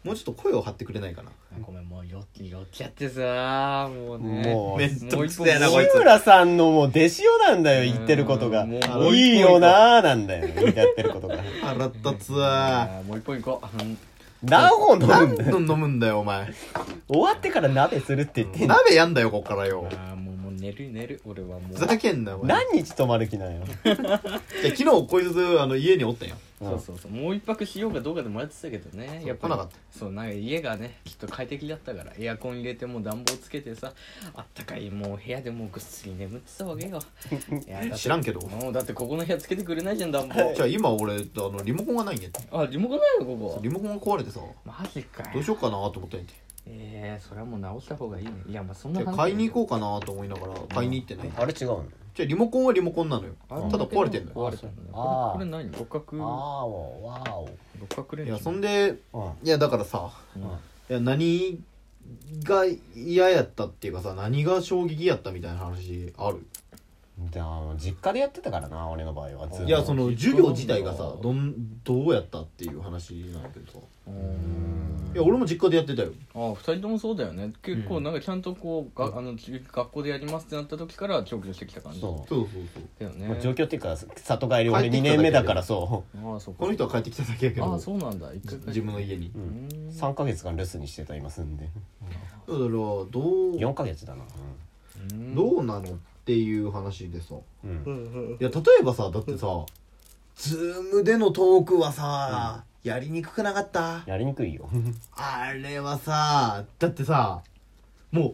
[SPEAKER 1] もうちょっと声を張ってくれないかな
[SPEAKER 4] あごめんもう酔って酔っちゃってさもうね
[SPEAKER 3] もう
[SPEAKER 1] めっちゃくせえな
[SPEAKER 4] も
[SPEAKER 1] こい
[SPEAKER 4] 一
[SPEAKER 1] つ
[SPEAKER 3] 志村さんのもう弟子よなんだよ言ってることが
[SPEAKER 4] うんも
[SPEAKER 1] う
[SPEAKER 3] いいよなーなんだよやってること が
[SPEAKER 10] 腹立つ
[SPEAKER 4] 本
[SPEAKER 10] わ
[SPEAKER 4] あーもう一本行こううん
[SPEAKER 3] 何本飲むんだよ
[SPEAKER 10] どんどん飲むんだよお前
[SPEAKER 3] 終わってから鍋するって言ってんの
[SPEAKER 10] 鍋やんだよこっからよ
[SPEAKER 4] ああもうもう寝る寝る俺はもう
[SPEAKER 10] ふざけんなよお前
[SPEAKER 3] 何日泊まる気なんよ
[SPEAKER 10] じゃあ昨日こいつあの家におったんよ
[SPEAKER 4] そうそうそうもう一泊しようかどうかで迷ってたけどねやっぱ
[SPEAKER 10] 来なかっ
[SPEAKER 4] りそうなんか家がねきっと快適だったからエアコン入れてもう暖房つけてさあったかいもう部屋でもうぐっすり眠ってたわ けよいやだって
[SPEAKER 10] 知らんけど
[SPEAKER 4] もうだってここの部屋つけてくれないじゃん暖房
[SPEAKER 10] じゃあ今俺あのリモコンがないんやって
[SPEAKER 4] あリモコンないのここ
[SPEAKER 10] リモコンが壊れてさ
[SPEAKER 4] マジか
[SPEAKER 10] どう
[SPEAKER 4] よ
[SPEAKER 10] しようかなと思ったんやて
[SPEAKER 4] ええそれはもう直した方がいいねいやまあそんな
[SPEAKER 10] じゃあ買いに行こうかなと思いながら買いに行ってない
[SPEAKER 3] あれ違うの
[SPEAKER 10] じゃあリモコンはリモコンなのよただ壊れてんのよ
[SPEAKER 4] 壊れてんの
[SPEAKER 3] あー
[SPEAKER 4] これこれ何六角
[SPEAKER 3] あーおわー
[SPEAKER 4] 六角レン
[SPEAKER 10] い
[SPEAKER 4] チ
[SPEAKER 10] やそんで
[SPEAKER 3] お
[SPEAKER 10] いやだからさ
[SPEAKER 4] うん
[SPEAKER 10] いや何が嫌やったっていうかさ何が衝撃やったみたいな話ある
[SPEAKER 3] うんじゃあ実家でやってたからな俺の場合はずっと
[SPEAKER 10] いやその授業自体がさどんどうやったっていう話なんだけどさ
[SPEAKER 4] うーん
[SPEAKER 11] いや俺も実家でやってたよ
[SPEAKER 4] ああ二人ともそうだよね結構なんかちゃんとこう、があのち学校でやりますってなった時から上京してきた感じ
[SPEAKER 3] そ
[SPEAKER 11] そうそうそう
[SPEAKER 4] だよね
[SPEAKER 3] う、まあ、状況っていうか里帰り
[SPEAKER 11] 帰
[SPEAKER 3] 俺
[SPEAKER 11] ってきただけ
[SPEAKER 3] 2
[SPEAKER 11] で
[SPEAKER 3] 年目だからそ
[SPEAKER 4] ああそっか
[SPEAKER 11] この人は帰ってきただけやけ
[SPEAKER 4] ああ
[SPEAKER 11] ど
[SPEAKER 4] そうなんだ一回
[SPEAKER 11] 自分の家に
[SPEAKER 3] う、う、
[SPEAKER 4] うんん
[SPEAKER 3] 3ヶ月間留守にしてた今住んで
[SPEAKER 11] だからどう
[SPEAKER 3] 4ヶ月だな
[SPEAKER 4] うん
[SPEAKER 11] どうなのっていう話でさ
[SPEAKER 3] うん、うん
[SPEAKER 11] いや例えばさだってさズームでのトークはさ、やりにくくなかった
[SPEAKER 3] やりにくいよ
[SPEAKER 11] あれはさだってさもう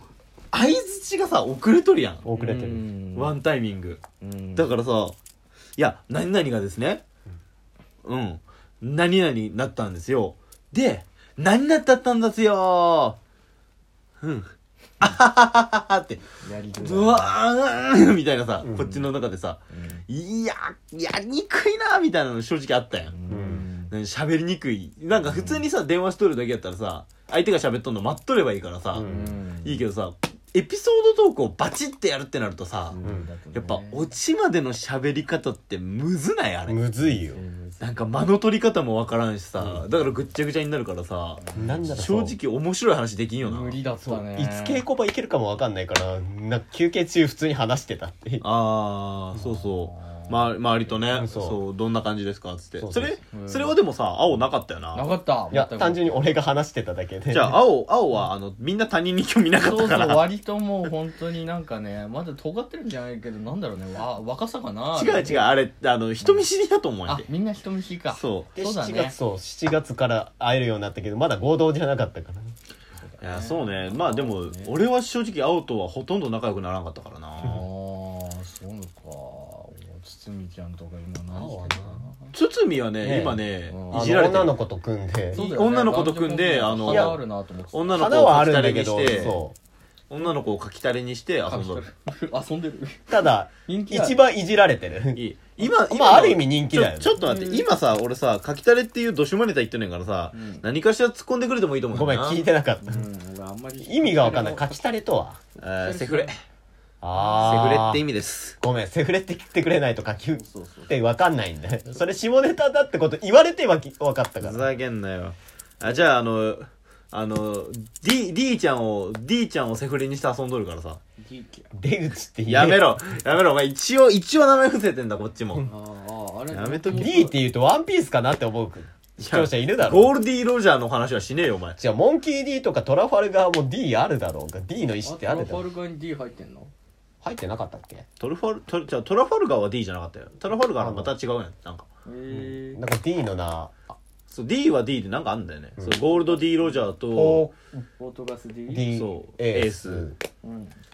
[SPEAKER 11] 相づちがさ遅れとるやん
[SPEAKER 3] 遅れてる、
[SPEAKER 4] うん
[SPEAKER 1] ワンタイミング。
[SPEAKER 4] うん
[SPEAKER 1] だからさ、いや、何々がですね、うん、何々なったんですよ。で、何々だったんですようん。あははははって、
[SPEAKER 4] やりづらいう
[SPEAKER 1] わーみたいなさ
[SPEAKER 3] うん、
[SPEAKER 1] こっちの中でさ、いや、やりにくいなみたいなの正直あったやん。
[SPEAKER 4] うん
[SPEAKER 1] 何喋りにくい。なんか普通にさ、電話しとるだけやったらさ、相手が喋っとんの待っとればいいからさ、
[SPEAKER 3] うん
[SPEAKER 1] いいけどさ、エピソードトークをバチってやるってなるとさ、やっぱオチまでの喋り方ってむずないあれ。
[SPEAKER 3] むずいよ、
[SPEAKER 1] なんか間の取り方もわからんしさ、だからぐっちゃぐちゃになるからさ、
[SPEAKER 3] なんなら
[SPEAKER 1] 正直面白い話できんよな。
[SPEAKER 4] 無理だったね
[SPEAKER 3] いつ稽古場行けるかもわかんないからなんか休憩中普通に話してたっていう
[SPEAKER 1] ああ、そうそう。ま、周りとね、
[SPEAKER 3] そう
[SPEAKER 1] そう、どんな感じですかつって
[SPEAKER 3] そ。う
[SPEAKER 1] そ
[SPEAKER 3] そう
[SPEAKER 1] れ
[SPEAKER 4] う、ん
[SPEAKER 1] それはでもさ、青なかったよ
[SPEAKER 4] な
[SPEAKER 1] な。
[SPEAKER 4] かった
[SPEAKER 3] いや単純
[SPEAKER 4] に
[SPEAKER 3] に俺が話してただけ で
[SPEAKER 1] じゃあ、 青、青は、あの、みんな他人に興味なかっ
[SPEAKER 4] そう
[SPEAKER 1] た
[SPEAKER 4] そ
[SPEAKER 1] か
[SPEAKER 4] う
[SPEAKER 1] ら。
[SPEAKER 4] 割ともう本当になんかねまだ尖ってるんじゃないけどなんだろうねわ若さか な
[SPEAKER 1] 違う違う、あれ、あの、人見知りだと思うんや
[SPEAKER 4] あ
[SPEAKER 1] て。
[SPEAKER 4] みんな人見知りか
[SPEAKER 1] そ
[SPEAKER 3] で
[SPEAKER 4] そうだ
[SPEAKER 3] 7
[SPEAKER 4] ね
[SPEAKER 3] 月そう7月から会えるようになったけどまだ合同じゃなかったから
[SPEAKER 1] う。いや、そうね。まあでも、俺は正直、青とはほとんど仲良くならんかったから
[SPEAKER 4] あ
[SPEAKER 1] な。
[SPEAKER 4] あそうかおつみちゃんとか今何してるかな
[SPEAKER 1] 堤はね、
[SPEAKER 3] ね
[SPEAKER 1] 今ね
[SPEAKER 4] う、ん
[SPEAKER 1] い
[SPEAKER 3] あ
[SPEAKER 1] じら
[SPEAKER 3] の
[SPEAKER 1] れて
[SPEAKER 3] 女
[SPEAKER 1] る
[SPEAKER 3] の子と組んで
[SPEAKER 4] そうだよね
[SPEAKER 1] 女の子と組んで
[SPEAKER 4] 男の子
[SPEAKER 1] あの
[SPEAKER 4] いやあるなと思って
[SPEAKER 1] 女の子
[SPEAKER 3] 花
[SPEAKER 1] を
[SPEAKER 3] はあ
[SPEAKER 1] 書き
[SPEAKER 3] るん
[SPEAKER 1] た
[SPEAKER 3] だ
[SPEAKER 1] れ
[SPEAKER 3] け
[SPEAKER 1] にし
[SPEAKER 3] ど
[SPEAKER 1] て、
[SPEAKER 3] そ
[SPEAKER 1] 女の子を書きたれにして遊んどる。
[SPEAKER 4] た遊んでる
[SPEAKER 3] うただ
[SPEAKER 4] 人気ある
[SPEAKER 3] 一番いじられてる
[SPEAKER 1] いい今、今の、
[SPEAKER 3] まあある意味人気だよね
[SPEAKER 1] ちょ。ちょっと待って、今さ、俺さ、書きたれっていうどしもネタ言ってんねんからさ、何かしら突っ込んでくれてもいいと思う
[SPEAKER 3] ごめん聞いてなかった
[SPEAKER 4] うん俺あんまり
[SPEAKER 3] 意味がわかんない書きたれとは
[SPEAKER 1] えーセフレ。セ
[SPEAKER 3] あ
[SPEAKER 1] フレって意
[SPEAKER 3] 味
[SPEAKER 1] 味です。
[SPEAKER 3] ごめんセフレって言ってくれないと書き
[SPEAKER 4] そうそう
[SPEAKER 3] ってわかんないんだよそれ下ネタだってこと言われてわきわかったか
[SPEAKER 1] ふ
[SPEAKER 3] ら
[SPEAKER 1] ざけんなよ。あ、じゃあ、あの、あの、D、D ちゃんを、D ちゃんをセフレにして遊んどるからさ。
[SPEAKER 3] 出口って言え
[SPEAKER 1] やめろ、やめろ、お前一応、一応名前伏せてんだ、こっちも。
[SPEAKER 4] あーあれ
[SPEAKER 1] やめとけ
[SPEAKER 3] D って言うとワンピースかなって思う視聴者いるだろ
[SPEAKER 1] ゴールディ・ロジャーの話はしねえよ、お前。
[SPEAKER 3] じゃあモンキー D とかトラファルガーも D あるだろうが D の意思ってあるだ
[SPEAKER 4] トラ
[SPEAKER 3] ろ
[SPEAKER 4] フ
[SPEAKER 3] う
[SPEAKER 4] ァルガーに D 入ってんの
[SPEAKER 3] 入ってなかったっけ
[SPEAKER 1] トルファル、トルじゃあトラファルガーは D じゃなかったよ。トラファルガーはまた違うやん。なんか。
[SPEAKER 4] へ
[SPEAKER 3] なんか D のな
[SPEAKER 1] そう、D は D でなんかあんだよね。そう、ゴールド D ロジャーと
[SPEAKER 3] ポ、
[SPEAKER 4] フォートガス
[SPEAKER 3] ー
[SPEAKER 4] D?
[SPEAKER 3] D
[SPEAKER 1] そう
[SPEAKER 3] エ
[SPEAKER 1] エ
[SPEAKER 3] ー
[SPEAKER 1] ー
[SPEAKER 3] ス
[SPEAKER 1] ス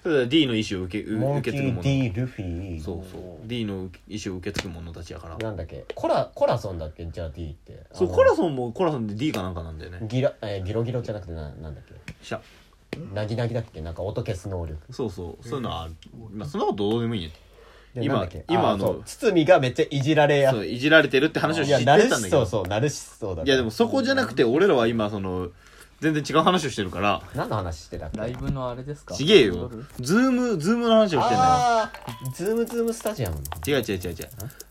[SPEAKER 1] それで D の意思を受け、う
[SPEAKER 3] モン
[SPEAKER 1] 受
[SPEAKER 3] キ
[SPEAKER 1] け継ぐ者。
[SPEAKER 3] ー D ルフィ
[SPEAKER 1] そうそう。D の意思を受け継ぐ者たちやから。
[SPEAKER 3] なんだっけコラコラソンだっけじゃあ D って
[SPEAKER 1] そう、
[SPEAKER 3] あの
[SPEAKER 1] コラソンもコラソンで D かなんかなんだよね。
[SPEAKER 3] ギラ、えーギロギロじゃなくてななんだっけ
[SPEAKER 1] しゃ。
[SPEAKER 3] なぎなぎだっけなんか音消す能力
[SPEAKER 1] そうそう。そういうのはある。まあ、そんなことどうでもいいね。
[SPEAKER 3] で
[SPEAKER 1] 今
[SPEAKER 3] なんだっけ
[SPEAKER 1] 今
[SPEAKER 3] あ
[SPEAKER 1] あの
[SPEAKER 3] そう堤がめっちゃいじられや
[SPEAKER 1] そう、いじられてるって話を
[SPEAKER 3] い
[SPEAKER 1] 知っ
[SPEAKER 3] や
[SPEAKER 1] て
[SPEAKER 3] ナ
[SPEAKER 1] たん
[SPEAKER 3] ル
[SPEAKER 1] だ
[SPEAKER 3] シ
[SPEAKER 1] け
[SPEAKER 3] そ
[SPEAKER 1] ど。
[SPEAKER 3] うそうナルシそうだ
[SPEAKER 1] いや、でもそこじゃなくて、俺らは今、その、全然違う話をしてるから、
[SPEAKER 3] 何の話してたっけ
[SPEAKER 4] ライブのあれですか
[SPEAKER 1] ちげえよ。ズーム、ズームの話をしてんだよ。
[SPEAKER 3] ああズームズームスタジアムの
[SPEAKER 1] 違う違う違う違う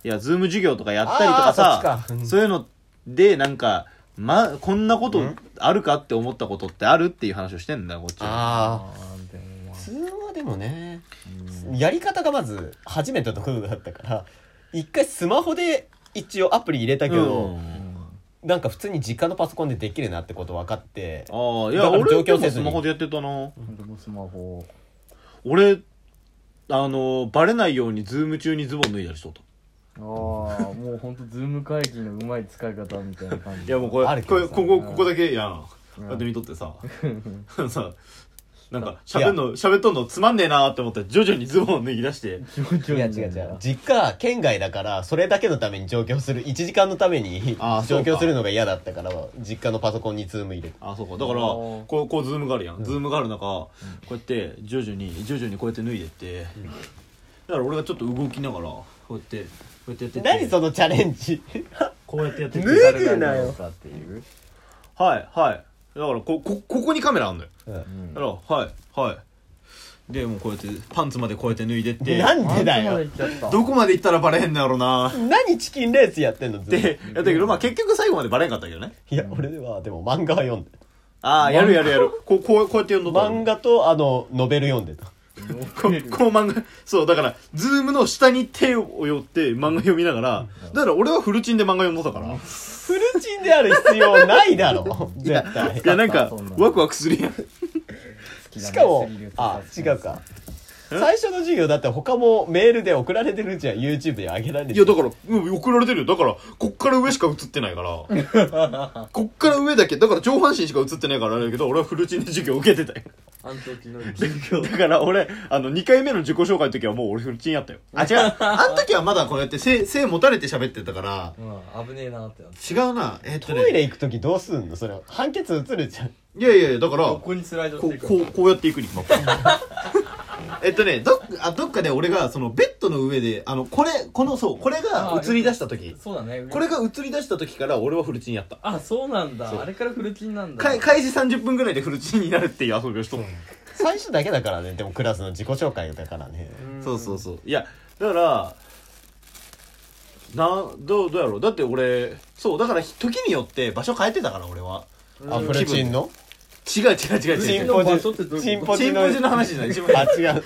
[SPEAKER 1] いやズーム授業とかやったりとか
[SPEAKER 3] あーそ
[SPEAKER 1] さ
[SPEAKER 3] っちか
[SPEAKER 1] そういうのでなんか、ま、こんなことあるかって思ったことってあるっていう話をしてんだよこっちは
[SPEAKER 3] あ
[SPEAKER 4] あーでも
[SPEAKER 3] あ通話でもねやり方がまず初めてのことだったから一回スマホで一応アプリ入れたけ
[SPEAKER 1] う
[SPEAKER 3] ど、
[SPEAKER 1] ん
[SPEAKER 3] なんか普通に実家のパソコンでできるなってこと分かって
[SPEAKER 1] ああい
[SPEAKER 3] だ
[SPEAKER 1] や
[SPEAKER 3] から
[SPEAKER 1] 俺
[SPEAKER 3] 上
[SPEAKER 1] で
[SPEAKER 3] 京せ
[SPEAKER 1] も
[SPEAKER 3] ず
[SPEAKER 1] ス
[SPEAKER 3] に
[SPEAKER 1] マホでやってたな
[SPEAKER 4] 俺もスマホ
[SPEAKER 1] 俺あのバレないようにズーム中にズボン脱いだりしとった
[SPEAKER 4] ああもうほんとズーム会議のうまい使い方みたいな感じ
[SPEAKER 1] いやもうこれ
[SPEAKER 3] あるけどさ
[SPEAKER 1] これここここだけやんこうやって見とってさ さなんか喋んの喋っとんのつまんねえなーって思ったら徐々にズボンを脱ぎ出して
[SPEAKER 4] 気持ち
[SPEAKER 3] い
[SPEAKER 4] よい
[SPEAKER 3] や違う違う実家県外だからそれだけのために上京する1時間のために
[SPEAKER 1] あーそ
[SPEAKER 3] 上
[SPEAKER 1] うか
[SPEAKER 3] 京するのが嫌だったから実家のパソコンにズーム入れて
[SPEAKER 1] あそうかだから
[SPEAKER 4] あ
[SPEAKER 1] こ
[SPEAKER 4] ー
[SPEAKER 1] うこうズームがあるやん、ズームがある中こうやって徐々に徐々にこうやって脱いでって、だから俺がちょっと動きながらこうやってこうやってやってて
[SPEAKER 3] 何そのチャレンジ
[SPEAKER 1] こうやってやってて
[SPEAKER 3] 脱ぐなよ
[SPEAKER 4] かっていう
[SPEAKER 1] はいはいだからここここにカメラあんのよ
[SPEAKER 3] うん
[SPEAKER 1] だからはいはいでもうこうやってパンツまでこうやって脱いでって
[SPEAKER 3] なんでだ
[SPEAKER 4] あんたまで
[SPEAKER 3] よ
[SPEAKER 4] 行っちゃった
[SPEAKER 1] どこまで行ったらバレへんのやろな
[SPEAKER 3] 何チキンレースやってんのっ
[SPEAKER 1] ってやったけどまあ結局最後までバレへんかったけどね
[SPEAKER 3] いや俺はでも漫画は読んで
[SPEAKER 12] ああ、やるやるやる。こう、こう、こうやって読んどったの
[SPEAKER 3] 漫画とあのノベル読んでた
[SPEAKER 12] ここう漫画、そう、だから、ズームの下に手を寄って漫画読みながら、だから俺はフルチンで漫画読んどったから。い
[SPEAKER 3] フルチンである必要ないだろ絶対
[SPEAKER 12] や、なんか
[SPEAKER 2] そんな、の
[SPEAKER 12] ワクワクするやん。
[SPEAKER 3] しかもあ違うか最初の授業だって他もメールで送られてるうちは YouTube に上げられてる
[SPEAKER 12] いや、だから、うん送られてるよ。だから、こっから上しか映ってないから。こっから上だけ、だから上半身しか映ってないからあれだけど、俺はフルチンで授業受けてたよ。
[SPEAKER 2] あの時の
[SPEAKER 12] だから俺、あの、2回目の自己紹介の時はもう俺フルチンやったよ。
[SPEAKER 1] あ、違う。あん時はまだこうやって背、背持たれて喋ってたから、
[SPEAKER 2] うん、危ねえなってなって
[SPEAKER 1] 違うな。えっ、と
[SPEAKER 3] トイ
[SPEAKER 1] ね。
[SPEAKER 3] レ行く時どうすんのそれ判決映るじゃん
[SPEAKER 1] いやいやいや、だから、
[SPEAKER 2] こ
[SPEAKER 1] こ
[SPEAKER 2] こにスライドして
[SPEAKER 12] こ、
[SPEAKER 2] いうく
[SPEAKER 12] こう、こうやっていく に決まった。
[SPEAKER 1] えっとね、どっあどっかで俺が、その、ベッドの上で、あの、これ、この、そう、これが映り出した時。
[SPEAKER 2] そうだね
[SPEAKER 1] これが映り出した時から俺はフルチンやった。
[SPEAKER 2] あそうなんだあれからフルチンなんだ
[SPEAKER 12] かい開始30分ぐらいでフルチンになるっていう遊びをしとった。
[SPEAKER 3] 最初だけだからねでもクラスの自己紹介だからね
[SPEAKER 12] そうそうそういやだからなどうどうやろうだって俺そうだから時によって場所変えてたから俺は
[SPEAKER 3] あフルチンの
[SPEAKER 12] 違う違う違う違う違う
[SPEAKER 3] チンポジ
[SPEAKER 2] 場所ってどう
[SPEAKER 3] チ
[SPEAKER 2] いう
[SPEAKER 3] ン
[SPEAKER 2] こ
[SPEAKER 3] ポ
[SPEAKER 12] チ
[SPEAKER 3] ジ
[SPEAKER 12] ン
[SPEAKER 3] の
[SPEAKER 12] ポジの話じゃないチンポジ
[SPEAKER 3] あ違う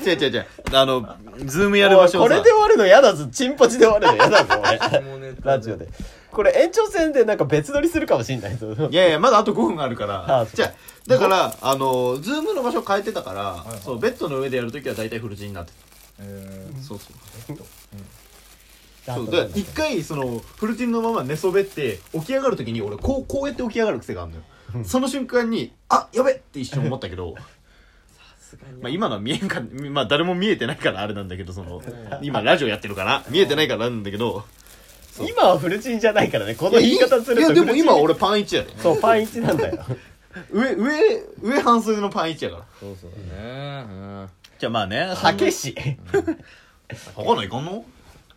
[SPEAKER 12] 違う違う違うあのズームやる場所
[SPEAKER 3] お
[SPEAKER 12] を
[SPEAKER 3] いこ
[SPEAKER 12] さ
[SPEAKER 3] れで終わるの嫌だぞチンポジで終わるの嫌だぞ俺
[SPEAKER 2] と
[SPEAKER 3] ラジオでこれ延長戦でなんか別撮りするかもしんないぞ
[SPEAKER 12] いやいやまだあと5分あるから
[SPEAKER 3] あそう
[SPEAKER 12] じゃあだからあのズームの場所変えてたからそうベッドの上でやるときは大体フルチンになってたそうそうそうだから一回そのフルティンのまま寝そべって起き上がる時に俺こうこうやって起き上がる癖があるのよその瞬間に「あやべ!」って一瞬思ったけどまあ今のは見えんかまあ誰も見えてないからあれなんだけどその今ラジオやってるから見えてないからなんだけど
[SPEAKER 3] 今はフルチンじゃないからねこの言い方すると
[SPEAKER 12] いやでも
[SPEAKER 3] フルチン
[SPEAKER 12] 今俺パン1やで
[SPEAKER 3] そうパン1なんだよ
[SPEAKER 12] 上上上半袖のパン1やから
[SPEAKER 4] そうそうねうん
[SPEAKER 12] じゃあまあね
[SPEAKER 3] たけし
[SPEAKER 12] 他のいかんの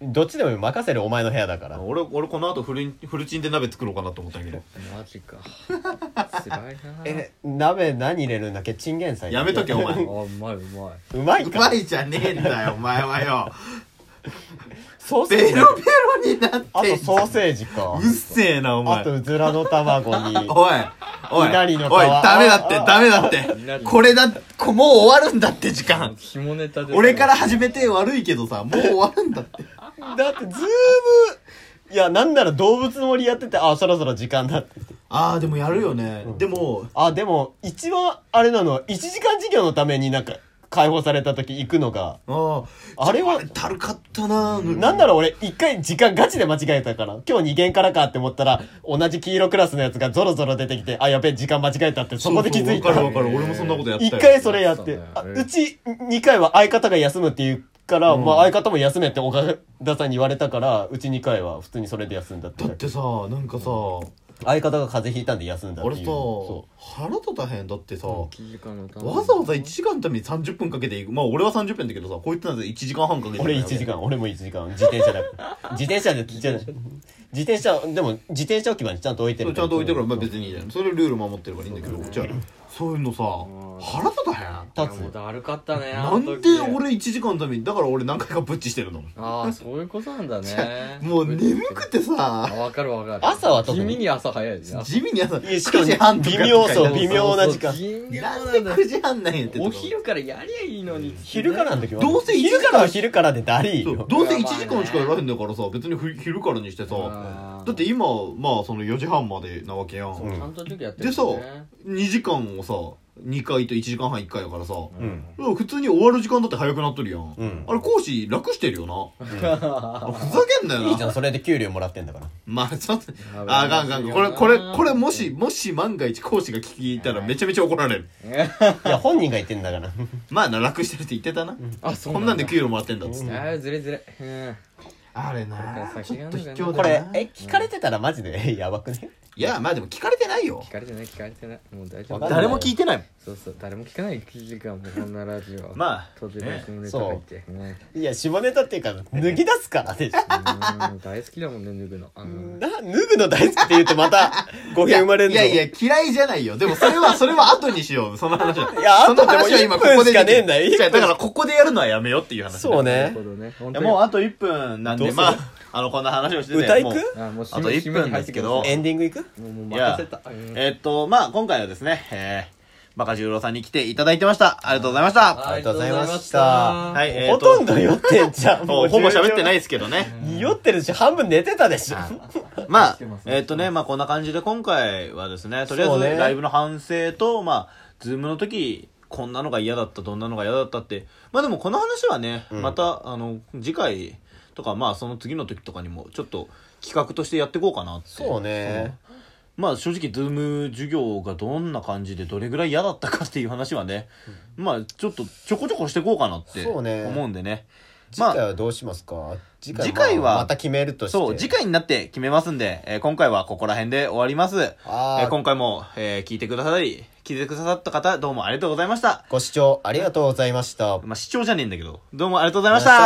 [SPEAKER 3] どっちでも任せるお前の部屋だから
[SPEAKER 12] 俺俺この後フルフルチンで鍋作ろうかなと思ったんやけど
[SPEAKER 4] マジか辛いな
[SPEAKER 3] え鍋何入れるんだっけチンゲン菜
[SPEAKER 12] やめとけお前
[SPEAKER 4] あうまいうまいう
[SPEAKER 3] まいうか
[SPEAKER 1] まいじゃねえんだよ、お前は よ。
[SPEAKER 3] ソーセー
[SPEAKER 1] ベ
[SPEAKER 3] ジ
[SPEAKER 1] ロベロになってんじゃ
[SPEAKER 3] あ
[SPEAKER 1] ん
[SPEAKER 3] とソーセージか
[SPEAKER 1] うっせえな、お
[SPEAKER 3] あ
[SPEAKER 1] 前。
[SPEAKER 3] とうずらの卵に
[SPEAKER 1] おい、おい、おい、
[SPEAKER 3] 稲荷の皮
[SPEAKER 1] ダメだって
[SPEAKER 3] あ、
[SPEAKER 1] ダメだっ
[SPEAKER 4] 稲
[SPEAKER 1] て。
[SPEAKER 4] 荷
[SPEAKER 1] これだ、こもう終わるんだって、時間。
[SPEAKER 4] 下ネタで
[SPEAKER 1] 俺から始めて悪いけどさ、もう終わるんだって。
[SPEAKER 3] だってズームいやなんなら動物の森やっててあそろそろ時間だって
[SPEAKER 1] あー、でもやるよね。でも、
[SPEAKER 3] あでも一番あれなのは1時間授業のためになんか解放された時行くのが
[SPEAKER 1] ああ、
[SPEAKER 3] あれは
[SPEAKER 1] ちょだるかったな
[SPEAKER 3] なんなら俺一回時間ガチで間違えたから今日2限からかって思ったら同じ黄色クラスのやつがゾロゾロ出てきてあやべえ時間間違えたってそこで気づいた
[SPEAKER 1] そうそうわかるわかる。俺もそんなことやったよ
[SPEAKER 3] 一回それやって
[SPEAKER 4] やった
[SPEAKER 3] あ
[SPEAKER 4] ね
[SPEAKER 3] うち2回は相方が休むっていうから、まあ相方も休めって岡田さんに言われたからうち2回は普通にそれで休んだって
[SPEAKER 1] だってさ、なんかさ、
[SPEAKER 3] 相方が風邪ひいたんで休んだって
[SPEAKER 1] 俺
[SPEAKER 3] い
[SPEAKER 1] さ
[SPEAKER 3] うそ、
[SPEAKER 1] 腹立たへん。だってさ、
[SPEAKER 4] 1時間のために
[SPEAKER 1] わざわざ1時間のために30分かけていく。まあ俺は30分だけどさ、こういったの1時間半かけて
[SPEAKER 3] う俺1時。間俺も1時間自転車だ 自転車でじゃない自転車でも自転車置き場にちゃんと置いて
[SPEAKER 1] そ
[SPEAKER 3] る
[SPEAKER 1] うちゃんと置いてるから、まあ別にいいじゃん。それルール守ってればいいんだけど、じゃあ、そういうのさ、腹立たへん。
[SPEAKER 3] 立
[SPEAKER 4] もう
[SPEAKER 3] つ
[SPEAKER 4] だるかったねあ
[SPEAKER 1] な
[SPEAKER 4] の
[SPEAKER 1] んで
[SPEAKER 4] 時
[SPEAKER 1] 俺1時間のために、だから俺何回かブッチしてるの。
[SPEAKER 4] ああそういうことなんだね
[SPEAKER 1] もう眠くて
[SPEAKER 4] あ
[SPEAKER 1] さ、
[SPEAKER 4] 分かる分かる
[SPEAKER 3] 朝は特
[SPEAKER 4] 地
[SPEAKER 3] に
[SPEAKER 4] 味に朝早いで すね
[SPEAKER 1] 地味に朝、
[SPEAKER 3] いやしかも
[SPEAKER 1] 9時半とか
[SPEAKER 3] 微妙
[SPEAKER 1] とか
[SPEAKER 3] そう微妙な時間
[SPEAKER 4] そうそう微妙
[SPEAKER 1] なん
[SPEAKER 4] な
[SPEAKER 1] で
[SPEAKER 4] んだ
[SPEAKER 1] 9時半なんやってとか
[SPEAKER 4] お昼からやりゃいいのに
[SPEAKER 3] 昼からの時は
[SPEAKER 1] どうせ一時間
[SPEAKER 3] 昼からは昼からでだりー
[SPEAKER 1] そう
[SPEAKER 3] よ
[SPEAKER 1] どうせ1時間しかやらへんだからさ、別にふ昼からにして
[SPEAKER 4] あ
[SPEAKER 1] さ
[SPEAKER 4] ー、
[SPEAKER 1] だって今、まあその4時半までなわけやん。
[SPEAKER 4] ちゃんと授業やってる
[SPEAKER 1] で
[SPEAKER 4] ん
[SPEAKER 1] さ
[SPEAKER 4] だね
[SPEAKER 1] 2時間をさ2回と1時間半1回やからさ、
[SPEAKER 3] うん
[SPEAKER 1] 普通に終わる時間だって早くなっとるやん、
[SPEAKER 3] うん
[SPEAKER 1] あれ講師楽してるよな、ふざけんなよない
[SPEAKER 3] いじゃんそれで給料もらってん だから
[SPEAKER 1] まあちょっとああかんあかんこれこれこれもしもし万が一講師が聞いたらめちゃめちゃ怒られる
[SPEAKER 3] いや本人が言ってん だから
[SPEAKER 1] まあな楽してるって言ってたな、
[SPEAKER 4] あそう
[SPEAKER 1] こんなんで給料もらってんだっつって、
[SPEAKER 4] ああずれずれうん
[SPEAKER 1] あれな
[SPEAKER 4] これ
[SPEAKER 1] ち
[SPEAKER 4] 先
[SPEAKER 1] ょ
[SPEAKER 4] が
[SPEAKER 1] っと卑怯
[SPEAKER 3] こ
[SPEAKER 4] あるんだよな
[SPEAKER 1] だ
[SPEAKER 3] れ
[SPEAKER 1] な
[SPEAKER 3] え聞かれてたらマジで やばくね
[SPEAKER 1] いやまあでも聞かれてないよ
[SPEAKER 4] 聞かれてない聞かれてないもう大丈
[SPEAKER 3] わか
[SPEAKER 4] 夫
[SPEAKER 3] んない
[SPEAKER 1] 誰も聞いてないもん
[SPEAKER 4] そうそう誰も聞かない1時間もこんなラジオ
[SPEAKER 12] まあ
[SPEAKER 4] 途中で下ネタ入ってね
[SPEAKER 3] いや下ネタっていうか 脱ぎ出すからでしょ
[SPEAKER 4] うん大好きだもんね脱ぐのうん
[SPEAKER 3] な脱ぐの大好きって言うとま た語弊生まれる
[SPEAKER 1] い
[SPEAKER 3] の
[SPEAKER 1] やいや嫌いじゃないよでもそれはそれは後にしようその話 はい
[SPEAKER 3] や
[SPEAKER 1] その話は
[SPEAKER 3] 後で
[SPEAKER 1] 今
[SPEAKER 3] も1
[SPEAKER 1] ここ
[SPEAKER 3] 分
[SPEAKER 1] で
[SPEAKER 3] しかねえんだよ
[SPEAKER 1] できる違うだからここでやるのはやめようっていう話
[SPEAKER 3] そう
[SPEAKER 4] なる
[SPEAKER 3] ね
[SPEAKER 4] ほどね本
[SPEAKER 12] いや
[SPEAKER 4] 当に
[SPEAKER 12] もうあと1分なん
[SPEAKER 3] どう
[SPEAKER 12] です
[SPEAKER 3] る
[SPEAKER 12] まああのこんな話をしてて
[SPEAKER 3] 歌い
[SPEAKER 12] もう
[SPEAKER 3] く
[SPEAKER 4] あもう締
[SPEAKER 12] あと
[SPEAKER 4] め
[SPEAKER 12] 1分ですけど
[SPEAKER 3] エンディングいく
[SPEAKER 4] もうもう
[SPEAKER 1] いや
[SPEAKER 4] 任せたうん
[SPEAKER 1] えっと、まあ、今回はですね、えー、バカ十郎さんに来ていただいてました。ありがとうございました。
[SPEAKER 3] ありがとうございました
[SPEAKER 1] はい、えー
[SPEAKER 3] ほ
[SPEAKER 1] と
[SPEAKER 3] とんど酔ってんじ ゃん。
[SPEAKER 1] ほぼ喋ってない
[SPEAKER 3] い。
[SPEAKER 1] ですけどね。
[SPEAKER 3] 酔ってるし、半分寝てたでしょ。
[SPEAKER 1] まあ、えっとね、まあこんな感じで今回はですね、とりあえ
[SPEAKER 3] そう
[SPEAKER 1] ず
[SPEAKER 3] ね
[SPEAKER 1] ライブの反省と、まあ、ズームの時、こんなのが嫌だった、どんなのが嫌だったって、まあでもこの話はね、
[SPEAKER 3] うん
[SPEAKER 1] また、あの、次回とか、まあその次の時とかにも、ちょっと企画としてやっていこうかなって。
[SPEAKER 3] そうね。
[SPEAKER 1] まあ正直、ズーム授業がどんな感じで、どれぐらい嫌だったかっていう話はね、まあちょっとちょこちょこしていこうかなって
[SPEAKER 3] そうね
[SPEAKER 1] 思うんでね。
[SPEAKER 3] 次
[SPEAKER 1] まあ
[SPEAKER 3] 回はどうしますか次回
[SPEAKER 1] 次回は
[SPEAKER 3] まあまた決めるとして。
[SPEAKER 1] そう、次回になって決めますんで、えー今回はここら辺で終わります。
[SPEAKER 3] あ
[SPEAKER 1] え
[SPEAKER 3] ー
[SPEAKER 1] ー今回も、えー聞いてくださり、聞いてくださった方、どうもありがとうございました。
[SPEAKER 3] ご視聴ありがとうございました。
[SPEAKER 1] まあ、視聴じゃねえんだけど、どうもありがとうございまし。
[SPEAKER 3] ありがとうございました